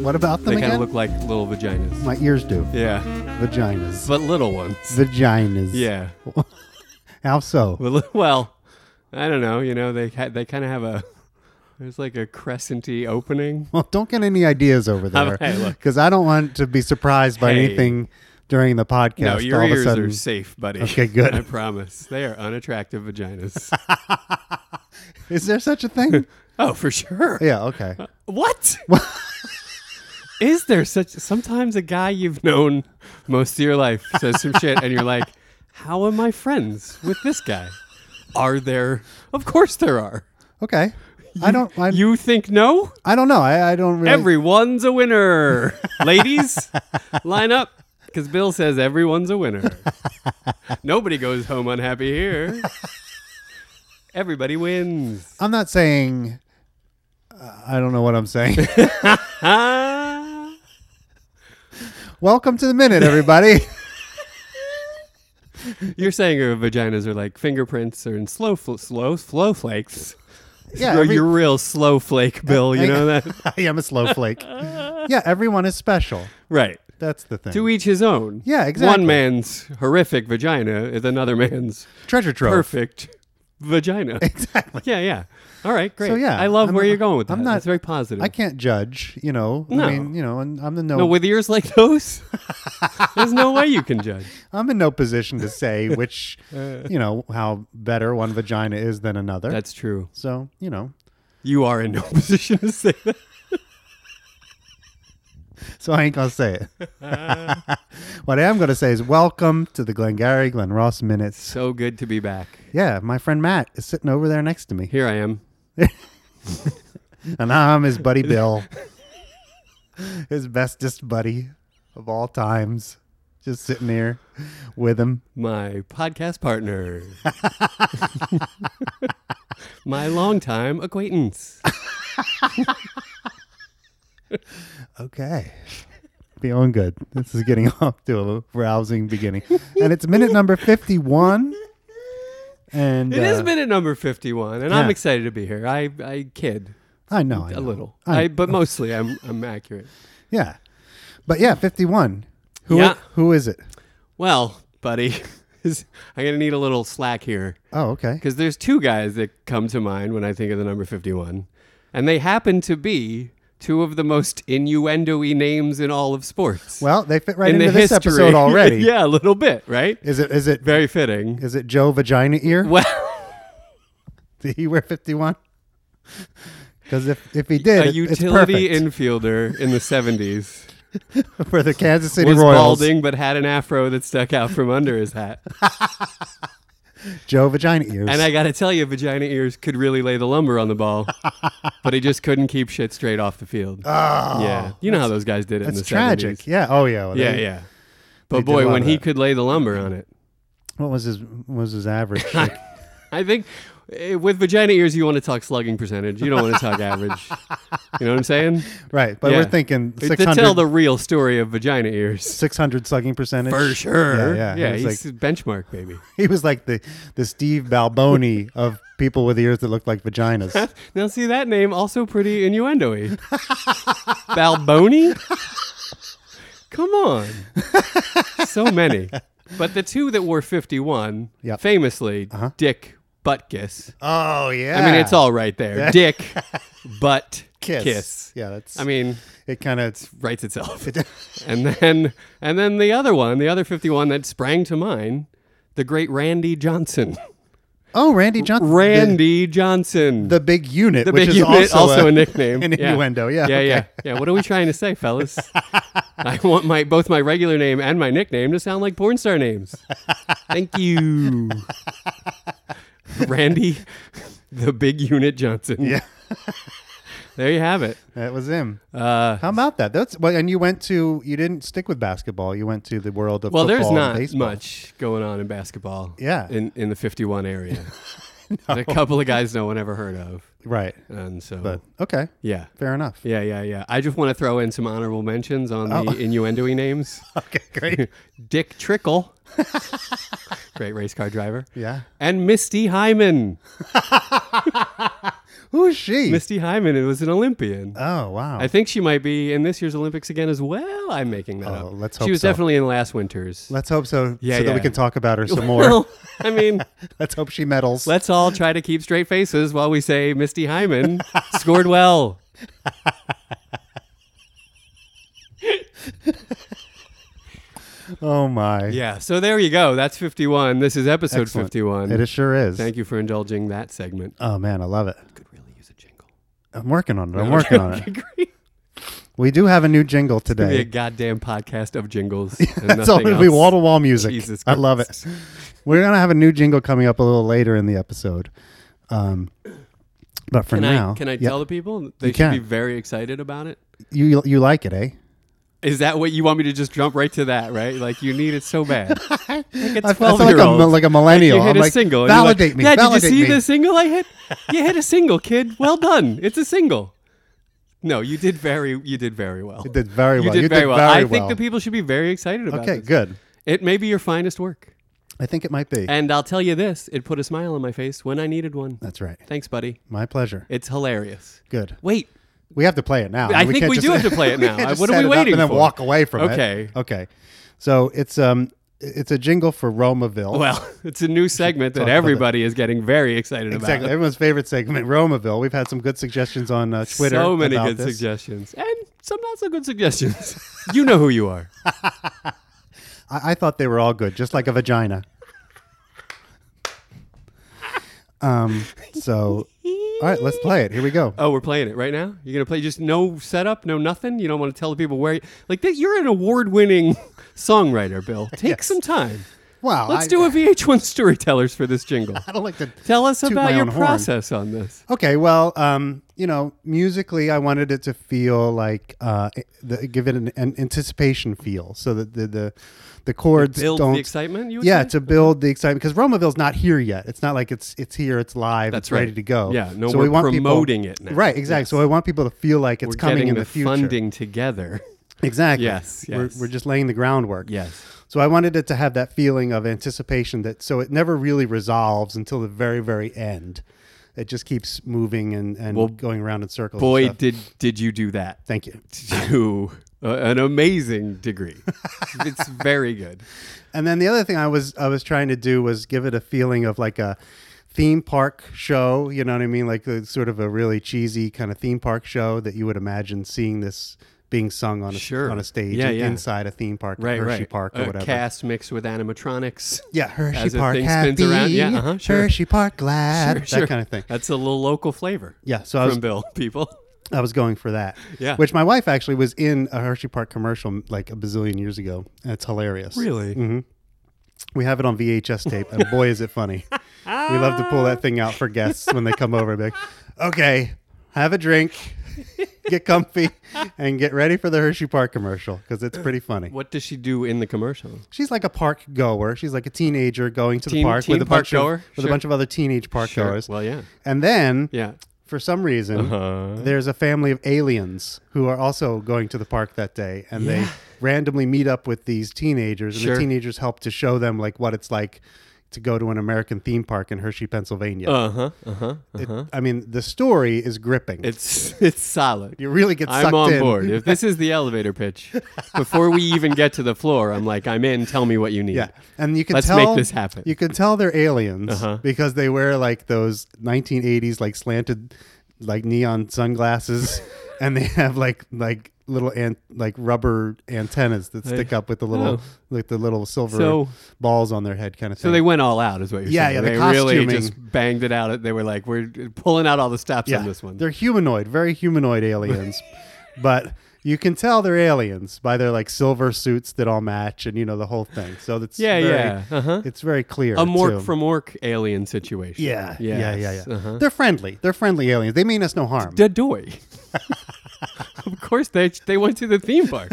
What about them They kind again? of look like little vaginas. My ears do. yeah, Vaginas. but little ones. Vaginas. Yeah. How so? Well, well, I don't know. You know, they ha- they kind of have a there's like a crescenty opening. Well, don't get any ideas over there, Hey, look. because I don't want to be surprised by Hey. anything during the podcast. no, your all of a ears sudden, are safe, buddy. Okay, good. I promise. They are unattractive vaginas. is there such a thing? oh, for sure. yeah. Okay. What? Is there such sometimes a guy you've known most of your life says some shit and you're like, "How am I friends with this guy?" Are there? Of course there are. Okay. I don't. I, You think no? I don't know. I, I don't really. Everyone's a winner. Ladies, line up because Bill says everyone's a winner. Nobody goes home unhappy here. Everybody wins. I'm not saying. uh, I don't know what I'm saying. Ah. Welcome to the minute, everybody. You're saying your vaginas are like fingerprints or in slow, fl- slow, slow flakes. yeah, You're, every- you're real slow flake, Bill. You Hang know on. that? I am a snowflake. yeah, everyone is special. Right. That's the thing. To each his own. Yeah, exactly. One man's horrific vagina is another man's Treasure trove. perfect vagina. Exactly. Yeah, yeah. All right, great. So, yeah, I love I'm- where you're going with that. I'm I'm not- not. It's very positive. I can't judge. You know. No. I mean, you know, and I'm the no. no, with ears like those, there's no way you can judge. I'm in no position to say which, you know, how better one vagina is than another. That's true. so you know. You are in no position to say that. So I ain't gonna say it. what I am gonna say is welcome to the Glengarry Glen Ross minutes. So good to be back. Yeah, my friend Matt is sitting over there next to me, Here I am. and I'm his buddy Bill, his bestest buddy of all times, just sitting here with him. my podcast partner, my longtime acquaintance. Okay. Feeling good. This is getting off to a rousing beginning. And it's minute number 51. And It has uh, been at number fifty-one, and Yeah. I'm excited to be here. I I kid I know, I a know. little, I- I, but mostly I'm I'm accurate. Yeah. But yeah, 51. Who Yeah. who is it? Well, buddy, is- I'm gonna need a little slack here Oh, okay. because there's two guys that come to mind when I think of the number fifty-one, and they happen to be two of the most innuendo-y names in all of sports. Well, they fit right in into the this history, episode already. yeah, a little bit, right? Is it is it Very fitting. is it Joe Vagina Ear? Well. Did he wear 51? Cuz if if he did, a it- it's utility perfect infielder in the 70s for the Kansas City was Royals. balding but had an afro that stuck out from under his hat Joe Vagina Ears. and i gotta tell you vagina ears could really lay the lumber on the ball but he just couldn't keep shit straight off the field yeah you know how those guys did it in Ah, That's the tragic. 70s Yeah. Oh yeah. Well, yeah they- yeah they but did a boy lot when of he that. could lay the lumber on it What was his what was his average? Like, i think eh, with vagina ears you want to talk slugging percentage you don't want to talk average you know what i'm saying right, but Yeah. we're thinking Eh, to tell 600, the real story of vagina ears 600 slugging percentage. for sure Yeah, yeah. yeah, He, was he's like, benchmark baby he was like the the Steve Balboni of people with ears that looked like vaginas. Now, see that name also pretty innuendo-y. Balboni. Come on, so many. But the two that were fifty-one, Yep. Uh-huh. famously, Dick Butkus. oh yeah. I mean, it's all right there. Dick Butt kiss. Kiss. Yeah, that's. I mean, it kind of writes itself. and then, and then the other one, the other fifty-one that sprang to mind, the great Randy Johnson. Oh, Randy Johnson. Randy Johnson. The, the big unit, The which big is unit, also, also, a, a, nickname. an Yeah. innuendo, yeah, Yeah, okay. yeah. Yeah. What are we trying to say, fellas? I want my both my regular name and my nickname to sound like porn star names. Thank you. Randy, the big unit Johnson. Yeah. There you have it. That was him. Uh, How about that? That's well, and you went to you didn't stick with basketball. You went to the world of well, football there's and not baseball. much going on in basketball. Yeah. In in the 51 area. A couple of guys no one ever heard of. right? And so, But okay, yeah. fair enough. Yeah, yeah, yeah. I just want to throw in some honorable mentions on Oh. the innuendo names. Okay, great. Dick Trickle, great race car driver, yeah. and Misty Hyman. Who is she? Misty Hyman. It was an Olympian. oh wow. I think she might be in this year's Olympics again as well. I'm making that Oh, up. let's hope she was so. definitely in last winter's. Let's hope so. Yeah, so that yeah. we can talk about her some more. Well, I mean, Let's hope she medals. let's all try to keep straight faces while we say Misty Hyman scored well. oh my. Yeah. So there you go. That's 51. This is episode Excellent. 51. It is- sure is. Thank you for indulging that segment. Oh man, I love it. Could really use a jingle. I'm working on it. I'm working on it. Agree. We do have a new jingle Be a today. goddamn podcast of jingles. and That's all nothing it'll be else. wall to wall music. Jesus I love it. Christ. We're gonna have a new jingle coming up a little later in the episode. Um, but for Can now, I can I yeah, tell the people they should can. be very excited about it? you you like it, eh? Is that what you want me to just jump right to that? Right? Like you need it so bad. Like I, I a feel twelve like year a, old. mi- like a millennial. you hit I'm a like, single. and you're like, validate me. Yeah, validate did you see me. the single I hit? You hit a single, kid. Well done. It's a single. No, you did very. You did very well. You did very You well. did you very did well. Very I well. think the people should be very excited about Okay, this. good. It may be your finest work. I think it might be. And I'll tell you this, it put a smile on my face when I needed one. That's right. Thanks, buddy. My pleasure. It's hilarious. Good. Wait, We have to play it now. I think can't we just- do have to play it now. can't just What are set we it up waiting and then for? walk away from it. Okay. Okay. So it's um it's a jingle for Romaville. well, it's a new segment talk that about that. everybody is getting very excited exactly. about. Everyone's favorite segment, Romaville. We've had some good suggestions on uh, Twitter. so many about good this. suggestions and some not so good suggestions. you know who you are. I-, I thought they were all good, just like a vagina. Um. So, all right, let's play it. Here we go. Oh, we're playing it right now. You're gonna play just no setup, no nothing. You don't want to tell the people where. You, like that, you're an award-winning songwriter, Bill. Take Yes. some time. wow. Let's I, do a VH1 storytellers for this jingle. I don't like to Tell us Toot about my your own horn. process on this. Okay, well, um, you know, musically, I wanted it to feel like uh, it- the, give it an, an anticipation feel, so that the the, the chords Build don't. the excitement. You would yeah, say? to build the excitement because Romaville's not here yet. It's not like it's it's here. It's live. That's it's ready right. to go. Yeah, no, so we're we want people- promoting it now. Right, exactly. So I want people to feel like it's we're coming getting in the, the, future. funding together. Exactly. Yes, We're, yes. we're just laying the groundwork. Yes. So I wanted it to have that feeling of anticipation that so it never really resolves until the very very end. It just keeps moving and and going around in circles. and Boy, stuff. did did you do that thank you. to a- an amazing degree. it's very good. And then the other thing I was I was trying to do was give it a feeling of like a theme park show. You know what I mean? Like a, sort of a really cheesy kind of theme park show that you would imagine seeing this being sung on a Sure. on a stage Yeah, yeah. inside a theme park, Right, Hershey right. Park or a whatever. Cast mixed with animatronics. yeah, Hershey as the Park thing happy. spins around. Yeah, uh-huh, sure. Hershey Park glad. that Sure. kind of thing. That's a little local flavor. Yeah, so I was from Bill people. I was going for that. Yeah. Which my wife actually was in a Hershey Park commercial like a bazillion years ago. And it's hilarious. Really? We have it on VHS tape, and boy, is it funny. we love to pull that thing out for guests when they come over and be like, okay, have a drink, get comfy, and get ready for the Hershey Park commercial because it's pretty funny. What does she do in the commercial? She's like a park goer. She's like a teenager going to the Teen- park teen with, a park bunch of, goer? with Sure. a bunch of other teenage park goers. Well, yeah, and then, yeah. Uh-huh. for some reason, Hmm? there's a family of aliens who are also going to the park that day, and they Yeah. randomly meet up with these teenagers, and Sure. the teenagers help to show them like what it's like to go to an American theme park in Hershey, Pennsylvania. Uh huh. Uh huh. It- I mean, the story is gripping. It's it's solid. you really get sucked I'm on in. board. If this is the elevator pitch, before we even get to the floor, I'm like, I'm in. Tell me what you need. Yeah, and you can Let's tell make this happen. You can tell they're aliens Uh-huh. because they wear like those 1980s like slanted like neon sunglasses, and they have like like little ant like rubber antennas that stick up with the little Oh. like the little silver So- balls on their head kind of thing. So they went all out, is what you're Yeah, saying. yeah, the They really costuming. just banged it out. They were like, we're pulling out all the stops on this one. They're humanoid, very humanoid aliens, but you can tell they're aliens by their like silver suits that all match and you know the whole thing. So that's Yeah, very, yeah. Uh-huh. It's very clear. A mork too. from ork alien situation. Yeah, yeah, Yes. yeah, yeah. Uh-huh. They're friendly. They're friendly aliens. They mean us no harm. Da doy. of course, they they went to the theme park.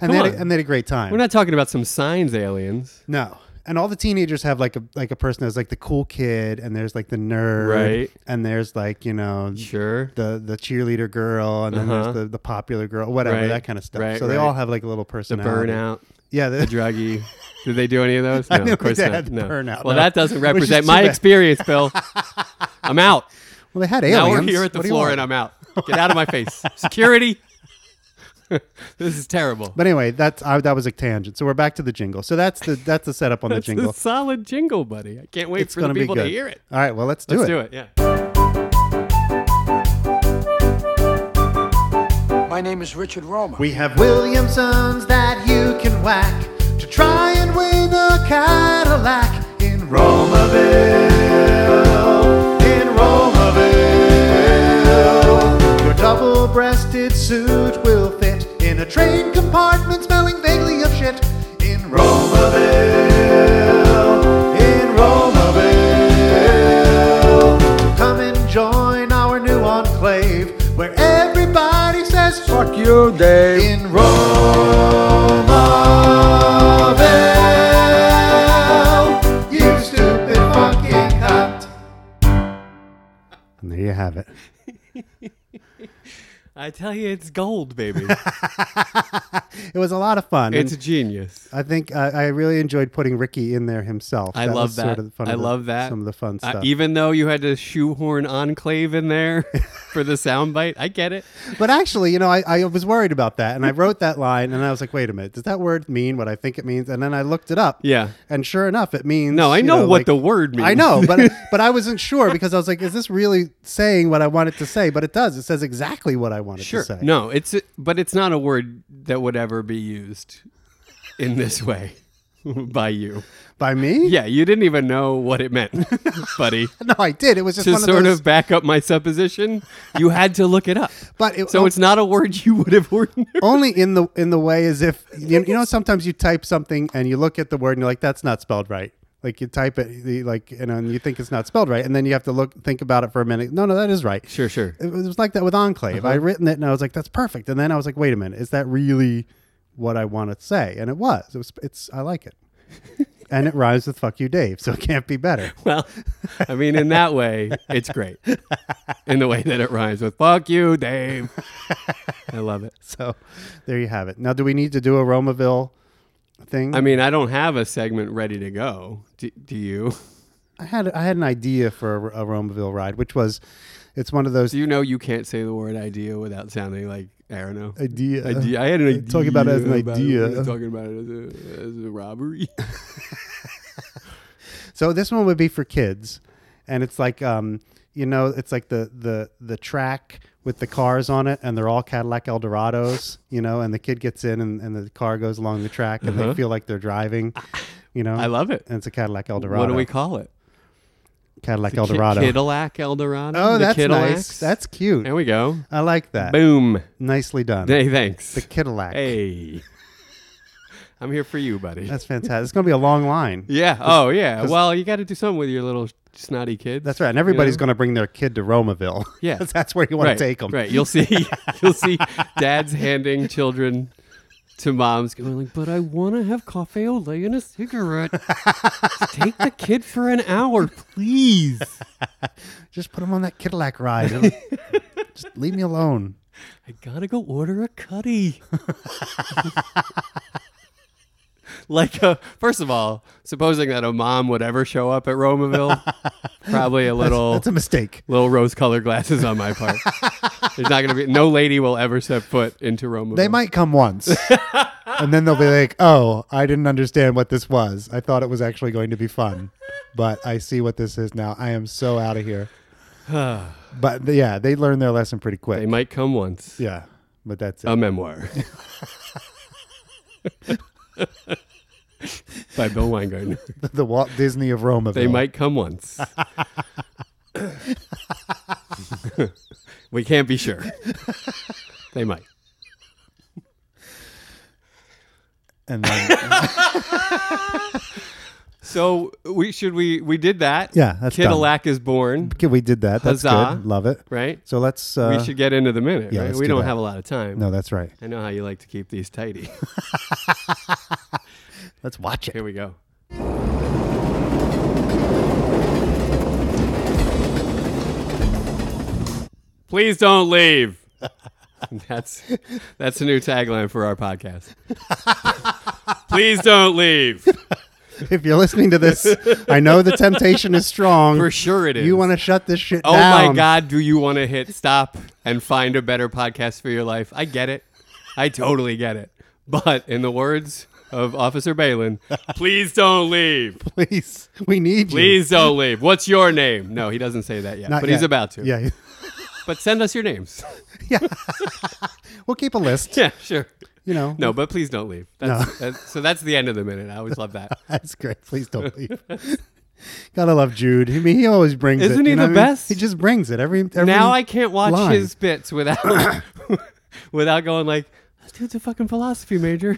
and, they had come a, on. and they had a great time. We're not talking about some signs aliens. no. And all the teenagers have like a like a person that's like the cool kid, and there's like the nerd, Right. And there's like you know Sure. the the cheerleader girl, and then Uh-huh. there's the, the popular girl, whatever Right, that kind of stuff. right, so they right. all have like a little personality. Burnout. Yeah, the- druggy. Did they do any of those? No, don't of course think they not. had no. burnout, well, no. that doesn't Which is represent too my bad. experience, Bill. I'm out. Well, they had aliens. Now we're here at the What do you floor and want? I'm out. Get out of my face. Security. this is terrible. But anyway, that's I, that was a tangent. So we're back to the jingle. So that's the that's the setup on the That's jingle. a solid jingle, buddy. I can't wait it's for the going to be people to good. hear it. All right, well let's do Let's it. do it. Yeah. My name is Richard Roma. We have Williamsons that you can whack to try and win a Cadillac in Romaville. In Romaville, your double-breasted suit will fit in a train compartment smelling vaguely of shit. In Romaville, in Romaville, so come and join our new enclave where everybody says Fuck you, Dave. in Romaville, you stupid fucking cunt. And there you have it. I tell you, it's gold, baby. It was a lot of fun. it's and genius. I think uh, I really enjoyed putting Ricky in there himself. I was love that. Sort of fun I of the- love that. Some of the fun Uh, stuff. even though you had to shoehorn Enclave in there for the soundbite, I get it. but actually, you know, I, I was worried about that, and I wrote that line, and I was like, "Wait a minute, does that word mean what I think it means?" And then I looked it up. Yeah. And sure enough, it means. No, I you know what like- the word means. I know, but but I wasn't sure because I was like, is this really saying what I want it to say? But it does. It says exactly what I want it Sure. to say. No, it's but it's not a word that would ever be used in this way by you. By me? Yeah, you didn't even know what it meant, buddy. No, I did. It was just to one sort of those. of back up my supposition, you had to look it up. but it, So it's not a word you would have ordinarily. only in the in the way as if you, you know sometimes you type something and you look at the word and you're like that's not spelled right. Like you type it the- like you know and you think it's not spelled right and then you have to look think about it for a minute. No, no, that is right. Sure, sure. It was like that with Enclave. I written it and I was like that's perfect. And then I was like wait a minute, is that really what I want to say? And it was. It was it's I like it. and it rhymes with fuck you Dave, so it can't be better. Well, I mean, in that way, it's great. In the way that it rhymes with "fuck you, Dave." I love it. So there you have it. Now do we need to do a Romaville thing? I mean, I don't have a segment ready to go. Do, do you? I had I had an idea for a, a Romaville ride, which was it's one of those Do you know you can't say the word idea without sounding like I don't know. idea. Idea. I had an idea. Talking uh, about it as an idea. we're Talking about it as a, as a robbery. So this one would be for kids, and it's like um you know it's like the the the track with the cars on it, and they're all Cadillac Eldorados, you know, and the kid gets in and, and the car goes along the track, and they feel like they're driving, you know. Uh-huh. I love it. And it's a Cadillac Eldorado. What do we call it? Cadillac Eldorado? Kiddalac Eldorado. oh, The that's Kiddalacs? nice. That's cute. there we go. I like that. Boom. Nicely done. Hey, thanks. the Cadillac. hey, I'm here for you, buddy. That's fantastic. It's going to be a long line. yeah. Oh, yeah. Well, you got to do something with your little snotty kids. That's right. And everybody's know? going to bring their kid to Romaville. Yeah. that's where you want right, to take them. Right. You'll see. You'll see. Dads handing children to moms, going like, "But I want to have coffee au lait and a cigarette. Just take the kid for an hour, please." Just put them on that Cadillac ride. It'll- just leave me alone. I gotta go order a cutty. like, uh, first of all, supposing that a mom would ever show up at Romaville, probably a little That's a mistake. little rose-colored glasses on my part. There's not gonna be no lady will ever set foot into Romaville. They might come once, and then they'll be like, "Oh, I didn't understand what this was. I thought it was actually going to be fun, but I see what this is now. I am so out of here." but th- yeah, they learned their lesson pretty quick. They Oh. might come once. yeah, but that's it. A memoir. By Bill Weingarten. the Walt Disney of Romaville. They might come once. we can't be sure. they might. And then, So we should we we did that. Yeah, that's done. Kiddalac is born, okay, we did that. That's Huzzah. good. Love it. right? So let's. Uh, we should get into the minute, yeah, right? let's We do not that. have a lot of time. No, that's right. I know how you like to keep these tidy. Let's watch it. Here we go. Please don't leave. That's that's a new tagline for our podcast. Please don't leave. if you're listening to this, I know the temptation is strong. For sure it is. You want to shut this shit Oh down. my God, do you want to hit stop and find a better podcast for your life? I get it. I totally get it. But in the words of Officer Balin, please don't leave. Please, we need you. Please don't leave. What's your name? No, he doesn't say that yet, Not but he's yet. about to. Yeah, But send us your names. we'll keep a list. Yeah, sure. You know, No, but please don't leave. That's, that's, so that's the end of the minute. I always love that. that's great. Please don't leave. Gotta love Jude. I mean, he always brings it. Isn't he you know the what I mean? best? He just brings it every. every now I can't watch line. his bits without without going like, this dude's a fucking philosophy major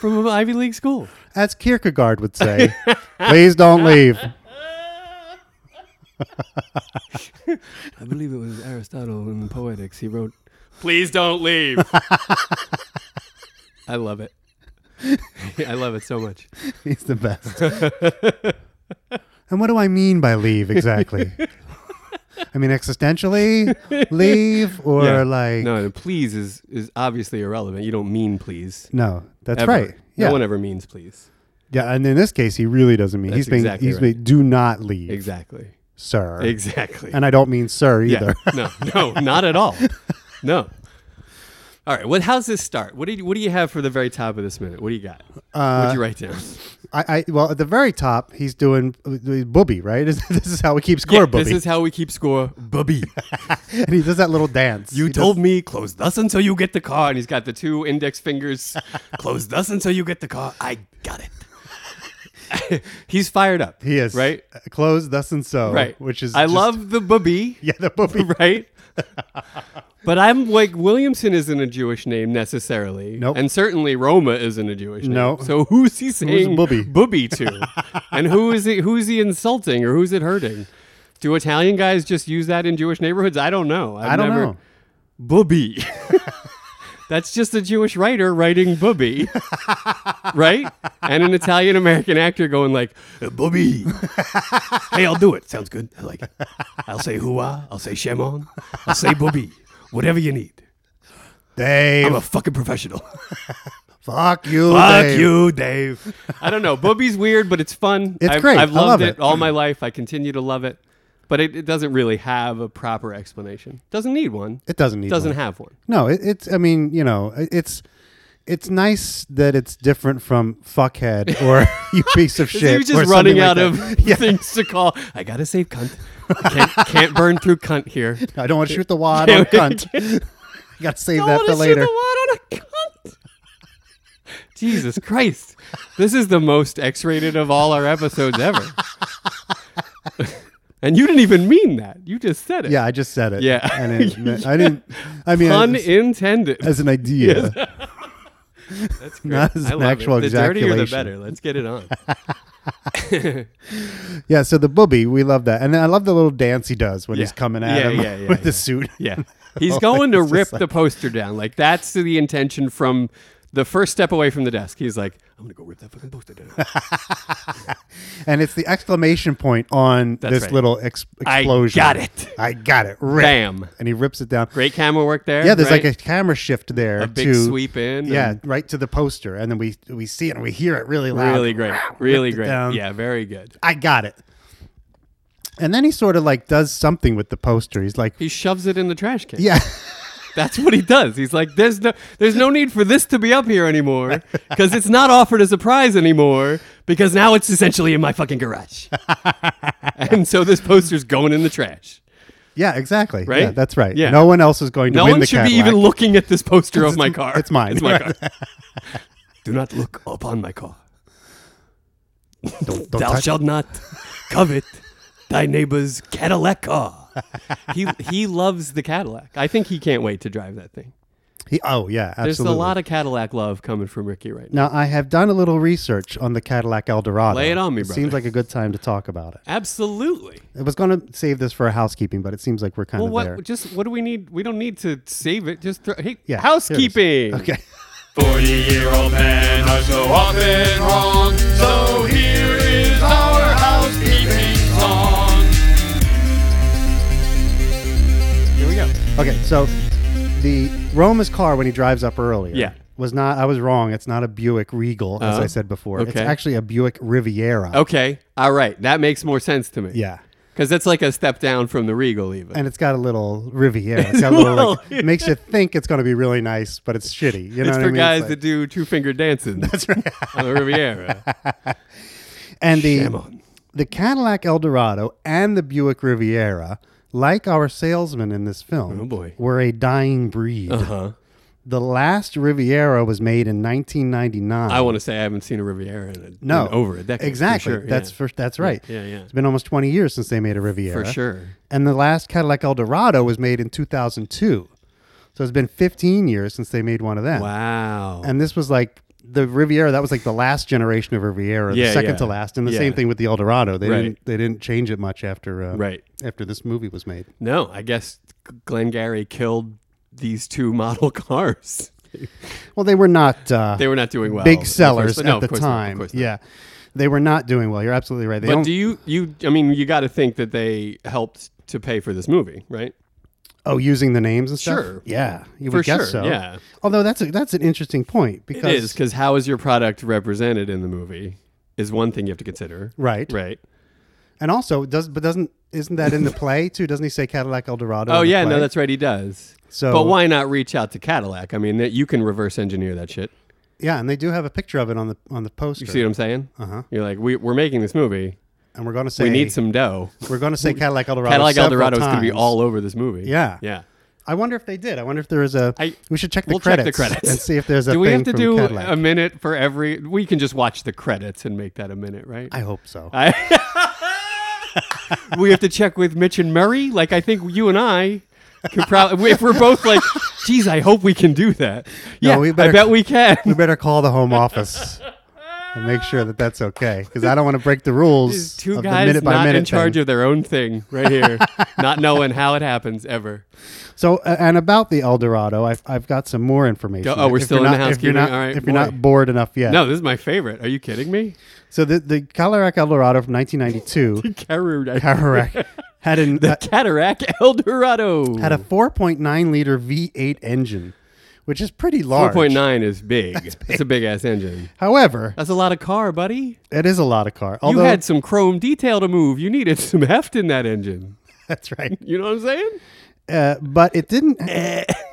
from an Ivy League school. As Kierkegaard would say, please don't leave. I believe it was Aristotle in Poetics. He wrote, "Please don't leave." I love it. I love it so much. He's the best. and what do I mean by leave exactly? I mean existentially, leave or Yeah. like no, no, please is is obviously irrelevant. You don't mean please. No, that's ever. right. Yeah, No one ever means please. yeah, and in this case, he really doesn't mean. That's he's being. exactly he's right. being. Do not leave, Exactly. sir. Exactly. And I don't mean sir either. Yeah. No, no, not at all. No. All right. What? How's this start? What do you, What do you have for the very top of this minute? What do you got? Uh, What'd you write down? I, I well at the very top, he's doing uh, booby right. This, this is how he keeps Yeah, score, booby, this is how we keep score, bubby. and he does that little dance. You He does- told me close thus until you get the car, and he's got the two index fingers. close thus until you get the car. I got it. he's fired up. he is right. Uh, close thus and so Right. which is I just- love the bubby. yeah the booby right? but I'm like Williamson isn't a Jewish name necessarily, Nope. and certainly Roma isn't a Jewish name. No. So who's he saying Bubby? booby to, and who is he? Who's he insulting or who's it hurting? Do Italian guys just use that in Jewish neighborhoods? I don't know. I've I don't never, know. Booby. That's just a Jewish writer writing booby, right? And an Italian American actor going like, Booby. hey, I'll do it. Sounds good. I like it. I'll say hua. I'll say shamon. I'll say booby. Whatever you need. Dave I'm a fucking professional. fuck you Fuck Dave. you, Dave. I don't know. Booby's weird, but it's fun. It's I've, great. I've I loved love it. it. all my life. I continue to love it, but it, it doesn't really have a proper explanation. Doesn't need one. It doesn't need doesn't one. have one. No, it, it's. I mean, you know, it- it's it's nice that it's different from fuckhead or you piece of shit. he was or just something running like out that. of things to call. I gotta save cunt. Can't, can't burn through cunt here. I don't want to shoot the wad on cunt. I got to save that for wanna shoot the later. wad on a cunt. Jesus Christ! This is the most X-rated of all our episodes ever. and you didn't even mean that. You just said it. Yeah, I just said it. Yeah. and it, I didn't. I mean, as, Unintended. as an idea. That's Not as I an love actual it. The dirtier the ejaculation. better. Let's get it on. Yeah. So the booby, we love that, and then I love the little dance he does when he's Yeah. coming at Yeah, him yeah, yeah, with yeah. the suit. Yeah. He's Oh, going to it's just rip like- the poster down. Like that's the intention from the first step away from the desk. He's like, I'm gonna go rip that fucking poster down. and it's the exclamation point on That's this right. little ex- I explosion. got it. I got it. Rip. Bam. And he rips it down. Great camera work there. Yeah, there's right? like a camera shift there. A big to- sweep in Yeah, and- right to the poster, and then we we see it and we hear it really loud. really great. Really Ripped it great. down. Yeah, very good. I got it. And then he sort of like does something with the poster. He's like, He shoves it in the trash can. yeah, That's what he does. He's like, there's no, there's no need for this to be up here anymore because it's not offered as a prize anymore because now it's essentially in my fucking garage. and so this poster's going in the trash. yeah, exactly. Right? Yeah, that's right. Yeah. No one else is going to No win one the should be Cadillac. even looking at this poster of my car. it's mine. It's my car. Do not look upon my car. Don't, don't Thou touch. shalt not covet thy neighbor's Cadillac car. He he loves the Cadillac. I think he can't wait to drive that thing. He, oh yeah, absolutely. There's a lot of Cadillac love coming from Ricky right now. Now I have done a little research on the Cadillac Eldorado. Lay it on me, It brother. seems like a good time to talk about it. Absolutely. I was going to save this for a housekeeping, but it seems like we're kind Well, of what there. just what do we need? We don't need to save it. Just throw, hey, Yeah, housekeeping. here it is. Okay. 40 year old men are so often wrong. So here is our housekeeping song. Here we go. Okay, so the Roma's car when he drives up earlier. Yeah. was not. I was wrong. It's not a Buick Regal, as Oh, I said before. It's okay. actually a Buick Riviera. Okay. All right. That makes more sense to me. Yeah. Because that's like a step down from the Regal, even. And it's got a little Riviera. It's got a little, like, it makes you think it's going to be really nice, but it's shitty. You know it's for what I mean? guys It's that do two finger dancing like- on the Riviera. and Come the on. the Cadillac Eldorado and the Buick Riviera, like our salesman in this film, Oh, boy. Uh-huh. were a dying breed. Huh? The last Riviera was made in 1999. I want to say I haven't seen a Riviera in, a, no in over a decade. for Exactly. sure. That's yeah. for that's right. yeah, yeah. It's been almost 20 years since they made a Riviera. for sure. And the last Cadillac Eldorado was made in 2002. So it's been 15 years since they made one of them. Wow. And this was like the Riviera. That was like the last generation of Riviera, the Yeah, second yeah. to last. And the Yeah. same thing with the Eldorado. They Right. didn't they didn't change it much after uh, Right. after this movie was made. no, I guess Glengarry killed these two model cars. Well, they were not uh, They were not doing well. big sellers No, of at the course not, of time. course not. yeah, they were not doing well. You're absolutely right. They But don't, do you you I mean you got to think that they helped to pay for this movie, right? oh, using the names and stuff. Sure. Yeah, you For would guess sure, so. yeah. Although that's a, that's an interesting point It because is because how is your product represented in the movie is one thing you have to consider. right Right. and also does but doesn't isn't that in the play too? Doesn't he say Cadillac Eldorado? Oh in the yeah, no, play? that's right. He does. So- but why not reach out to Cadillac? I mean, that you can reverse engineer that shit. yeah, and they do have a picture of it on the on the poster. You see what I'm saying? Uh-huh. You're like, we, we're making this movie. and we're going to say We need some dough. We're going to say Cadillac Eldorado. Cadillac several Eldorado is going to be times. all over this movie. Yeah. Yeah. I wonder if they did. I wonder if there is a. I- we should check the we'll credits. check the credits and see if there's a. do we thing have to from do um, Cadillac. a minute for every? We can just watch the credits and make that a minute, right? I hope so. I- we have to check with Mitch and Murray. Like I think you and I could probably, if we're both like, geez, I hope we can do that. No, Yeah, we better- I bet we can. we better call the home office and make sure that that's okay because I don't want to break the rules. These two of guys the minute not by minute in charge of their own thing right here, not knowing how it happens ever. So uh, and about the Eldorado, I've I've got some more information. Oh, we're If still you're in the not- If you're housekeeping? not, All right, if boy. you're not bored enough yet. No, this is my favorite. Are you kidding me? So the the Cadillac Eldorado from 1992, Cataract, Cadillac had an uh, Cataract Eldorado. had a 4.9 liter V8 engine, which is pretty large. 4.9 is big. That's, a big ass engine. However, That's a lot of car, buddy. it is a lot of car. you Although had some chrome detail to move. You needed some heft in that engine. that's right. You know what I'm saying? Uh, but it didn't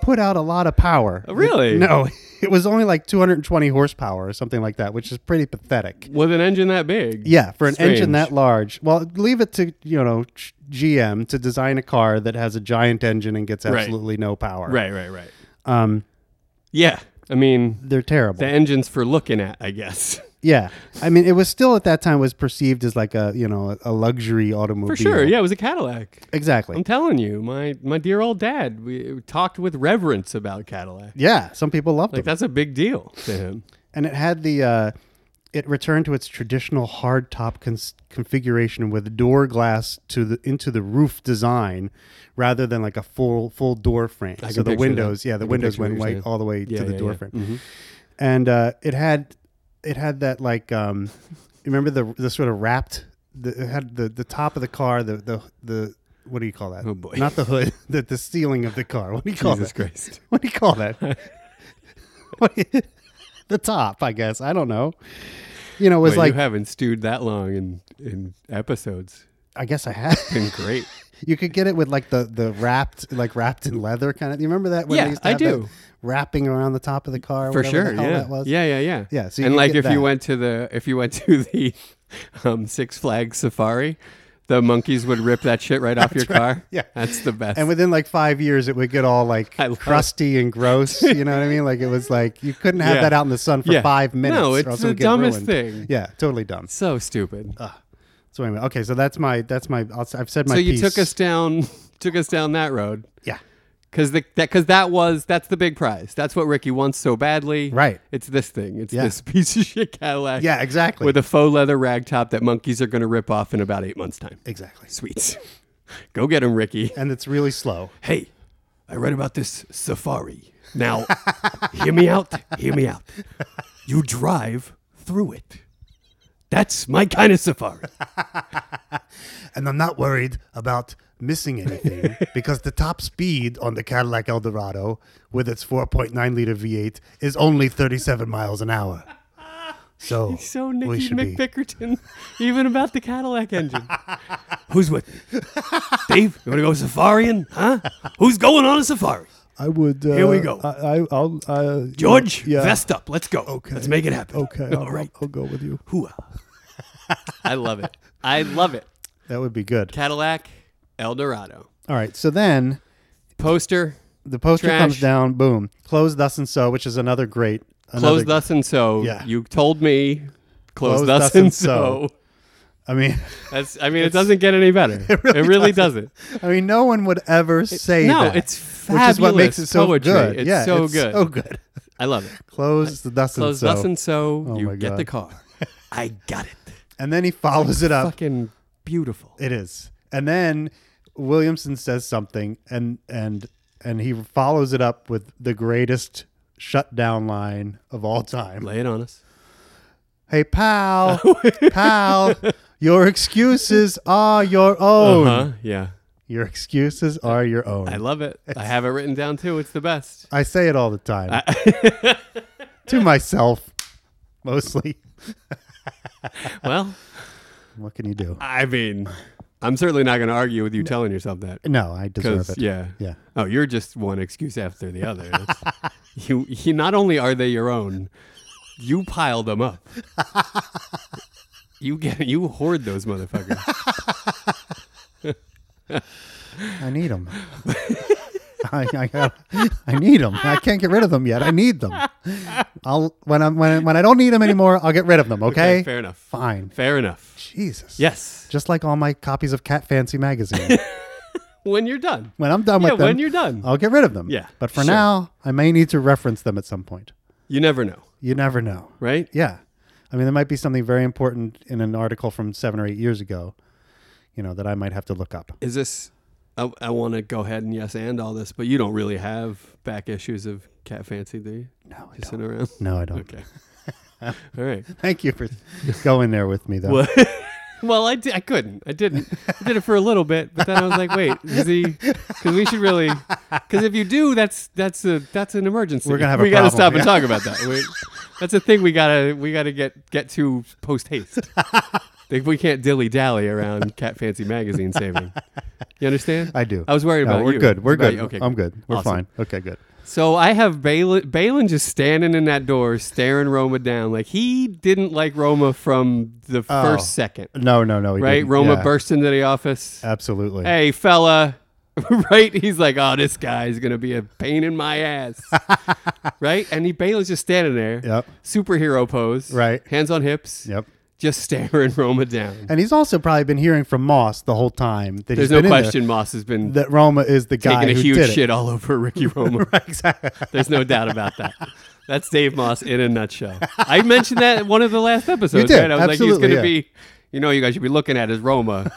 put out a lot of power. Eh. Oh, Really? no, it was only like 220 horsepower or something like that, which is pretty pathetic. With an engine that big. Yeah, for an engine Strange. that large. Well, leave it to you know GM to design a car that has a giant engine and gets Right. absolutely no power. Right, right, right. Um, Yeah. I mean, they're terrible. the engine's for looking at, I guess. Yeah, I mean, it was still at that time was perceived as like a you know a luxury For automobile. sure. Yeah, Um, it was a Cadillac. exactly. I'm telling you, my my dear old dad, we talked with reverence about Cadillac. yeah, some people loved Like it, that's a big deal to him. and it had the uh, it returned to its traditional hardtop cons- configuration with door glass to the into the roof design, rather than like a full full door frame. can So the picture that. windows, yeah, I the can windows picture what went you're white saying. all the way Yeah, to the yeah, Mm-hmm. door yeah. frame, and uh, it had it had that like um, you remember the the sort of wrapped. The, it had the, the top of the car, the, the the what do you call that? Oh, boy. Not the hood, the, the ceiling of the car. What do you call Jesus that? Christ. What do you call that? What do you- the top, I guess. I don't know. You know, it was Well, like you haven't stewed that long in in episodes. I guess I had. Been great. you could get it with like the the wrapped, like wrapped in leather kind of. You remember that? Yeah, I that do. wrapping around the top of the car, for whatever sure. the hell yeah. that was. yeah, yeah, yeah, Yeah, so you and could like get if that. you went to the if you went to the um, Six Flags Safari, the monkeys would rip that shit right off your car. Yeah. that's the best. And within like five years, it would get all like I love it. crusty and gross. You know what I mean? Like it was like you couldn't have Yeah. that out in the sun for Yeah. five minutes. No, or it's else it the would get dumbest ruined. thing. Yeah, totally dumb. so stupid. So anyway, okay, so that's my that's my I'll, I've said my. so you piece. took us down, took us down that road Yeah. because the that because that was that's the big prize. That's what Ricky wants so badly. Right. It's this thing. It's Yeah. this piece of shit Cadillac. Yeah, exactly. With a faux leather rag top that monkeys are going to rip off in about eight months' time. exactly. Sweet. Go get him, Ricky. and it's really slow. hey, I read about this safari. Now, hear me out. Hear me out. You drive through it. That's my kind of safari. and I'm not worried about missing anything because the top speed on the Cadillac Eldorado with its 4.9 liter V8 is only 37 miles an hour. So, So we Nicky should be. McPickerton, even about the Cadillac engine. Who's with me? Dave, you want to go safariing? Huh? Who's going on a safari? I would. Uh, Here we go. I, I, I'll. Uh, George, yeah. vest up. Let's go. Okay. Let's make it happen. Okay. All I'll, right. I'll go with you. Hooah. I love it. I love it. that would be good. Cadillac Eldorado. All right. So then Poster. the poster Trash. comes down, boom. Close thus and so, which is another great. Close another- thus and so. Yeah. You told me close, thus, and so. I mean, That's I mean it doesn't get any better. It really, really doesn't. I mean, no one would ever say no, that. it's Which is what makes fabulous it so poetry. good. It's yeah, so it's good. So good. I love it. Close the dust Close and so. thus and so. Oh you my get God. the car. I got it. And then he follows it up. Fucking beautiful. It is. And then Williamson says something and and and he follows it up with the greatest shutdown line of all time. Lay it on us. Hey pal, pal, your excuses are your own. Uh-huh. Yeah. Your excuses are your own. I I, love it. I have it written down too. It's the best. say it all the time. to myself mostly. Well, What can you do? I mean, I'm certainly not going to argue with you telling yourself that. No, I deserve Because it. yeah, Yeah. Oh, you're just one excuse after the other. That's- you, you not only are they your own, you pile them up. you get you hoard those motherfuckers. I need them. I, I, got, I need them. I can't get rid of them yet. I need them. I'll when I'm when, I- when I don't need them anymore, I'll get rid of them. Okay. fair enough. Fine. Fair enough. Jesus. Yes. Just like all my copies of Cat Fancy magazine. When you're done. when I'm done yeah. with them, When you're done. I'll get rid of them. Yeah, But for sure. now, I may need to reference them at some point. you never know, You never know. right? Yeah. I mean, there might be something very important in an article from seven or eight years ago. You know that I might have to look up. Is this? I, I want to go ahead and yes and all this, but you don't really have back issues of Cat Fancy, do you? No, I don't. around. No, I don't. Okay. All right. Thank you for going there with me, though. Well, well, I, di- I couldn't. I didn't. I did it for a little bit, but then I was like, wait, is he? Because we should really. Because if you do, that's that's a that's an emergency. We're gonna have a we gotta problem, stop and talk about that. We, that's a thing we gotta we gotta get get to post haste. Like we can't dilly dally around Cat Fancy magazine saving. You understand? I do. I was worried No, about We're you. good. We're About good. you. Okay, I'm good. We're Awesome. fine. Okay, good. So I have Balin, Balin just standing in that door, staring Roma down. Like he didn't like Roma from the Oh, first second No, no, no. he right? didn't. Roma Yeah, bursts into the office. Absolutely. hey, fella, right? He's like, oh, this guy's gonna be a pain in my ass, right? And he Baylor's just standing there, Yep. superhero pose, Right. Hands on hips, Yep. Just staring Roma down. And he's also probably been hearing from Moss the whole time that There's he's no been in there question Moss has been that Roma is the guy taking a who huge did it. shit all over Ricky Roma. Exactly. There's no doubt about that. That's Dave Moss in a nutshell. I mentioned that in one of the last episodes. You did, Right? I was like, absolutely, he's yeah. going to be, you know, you guys should be looking at is Roma.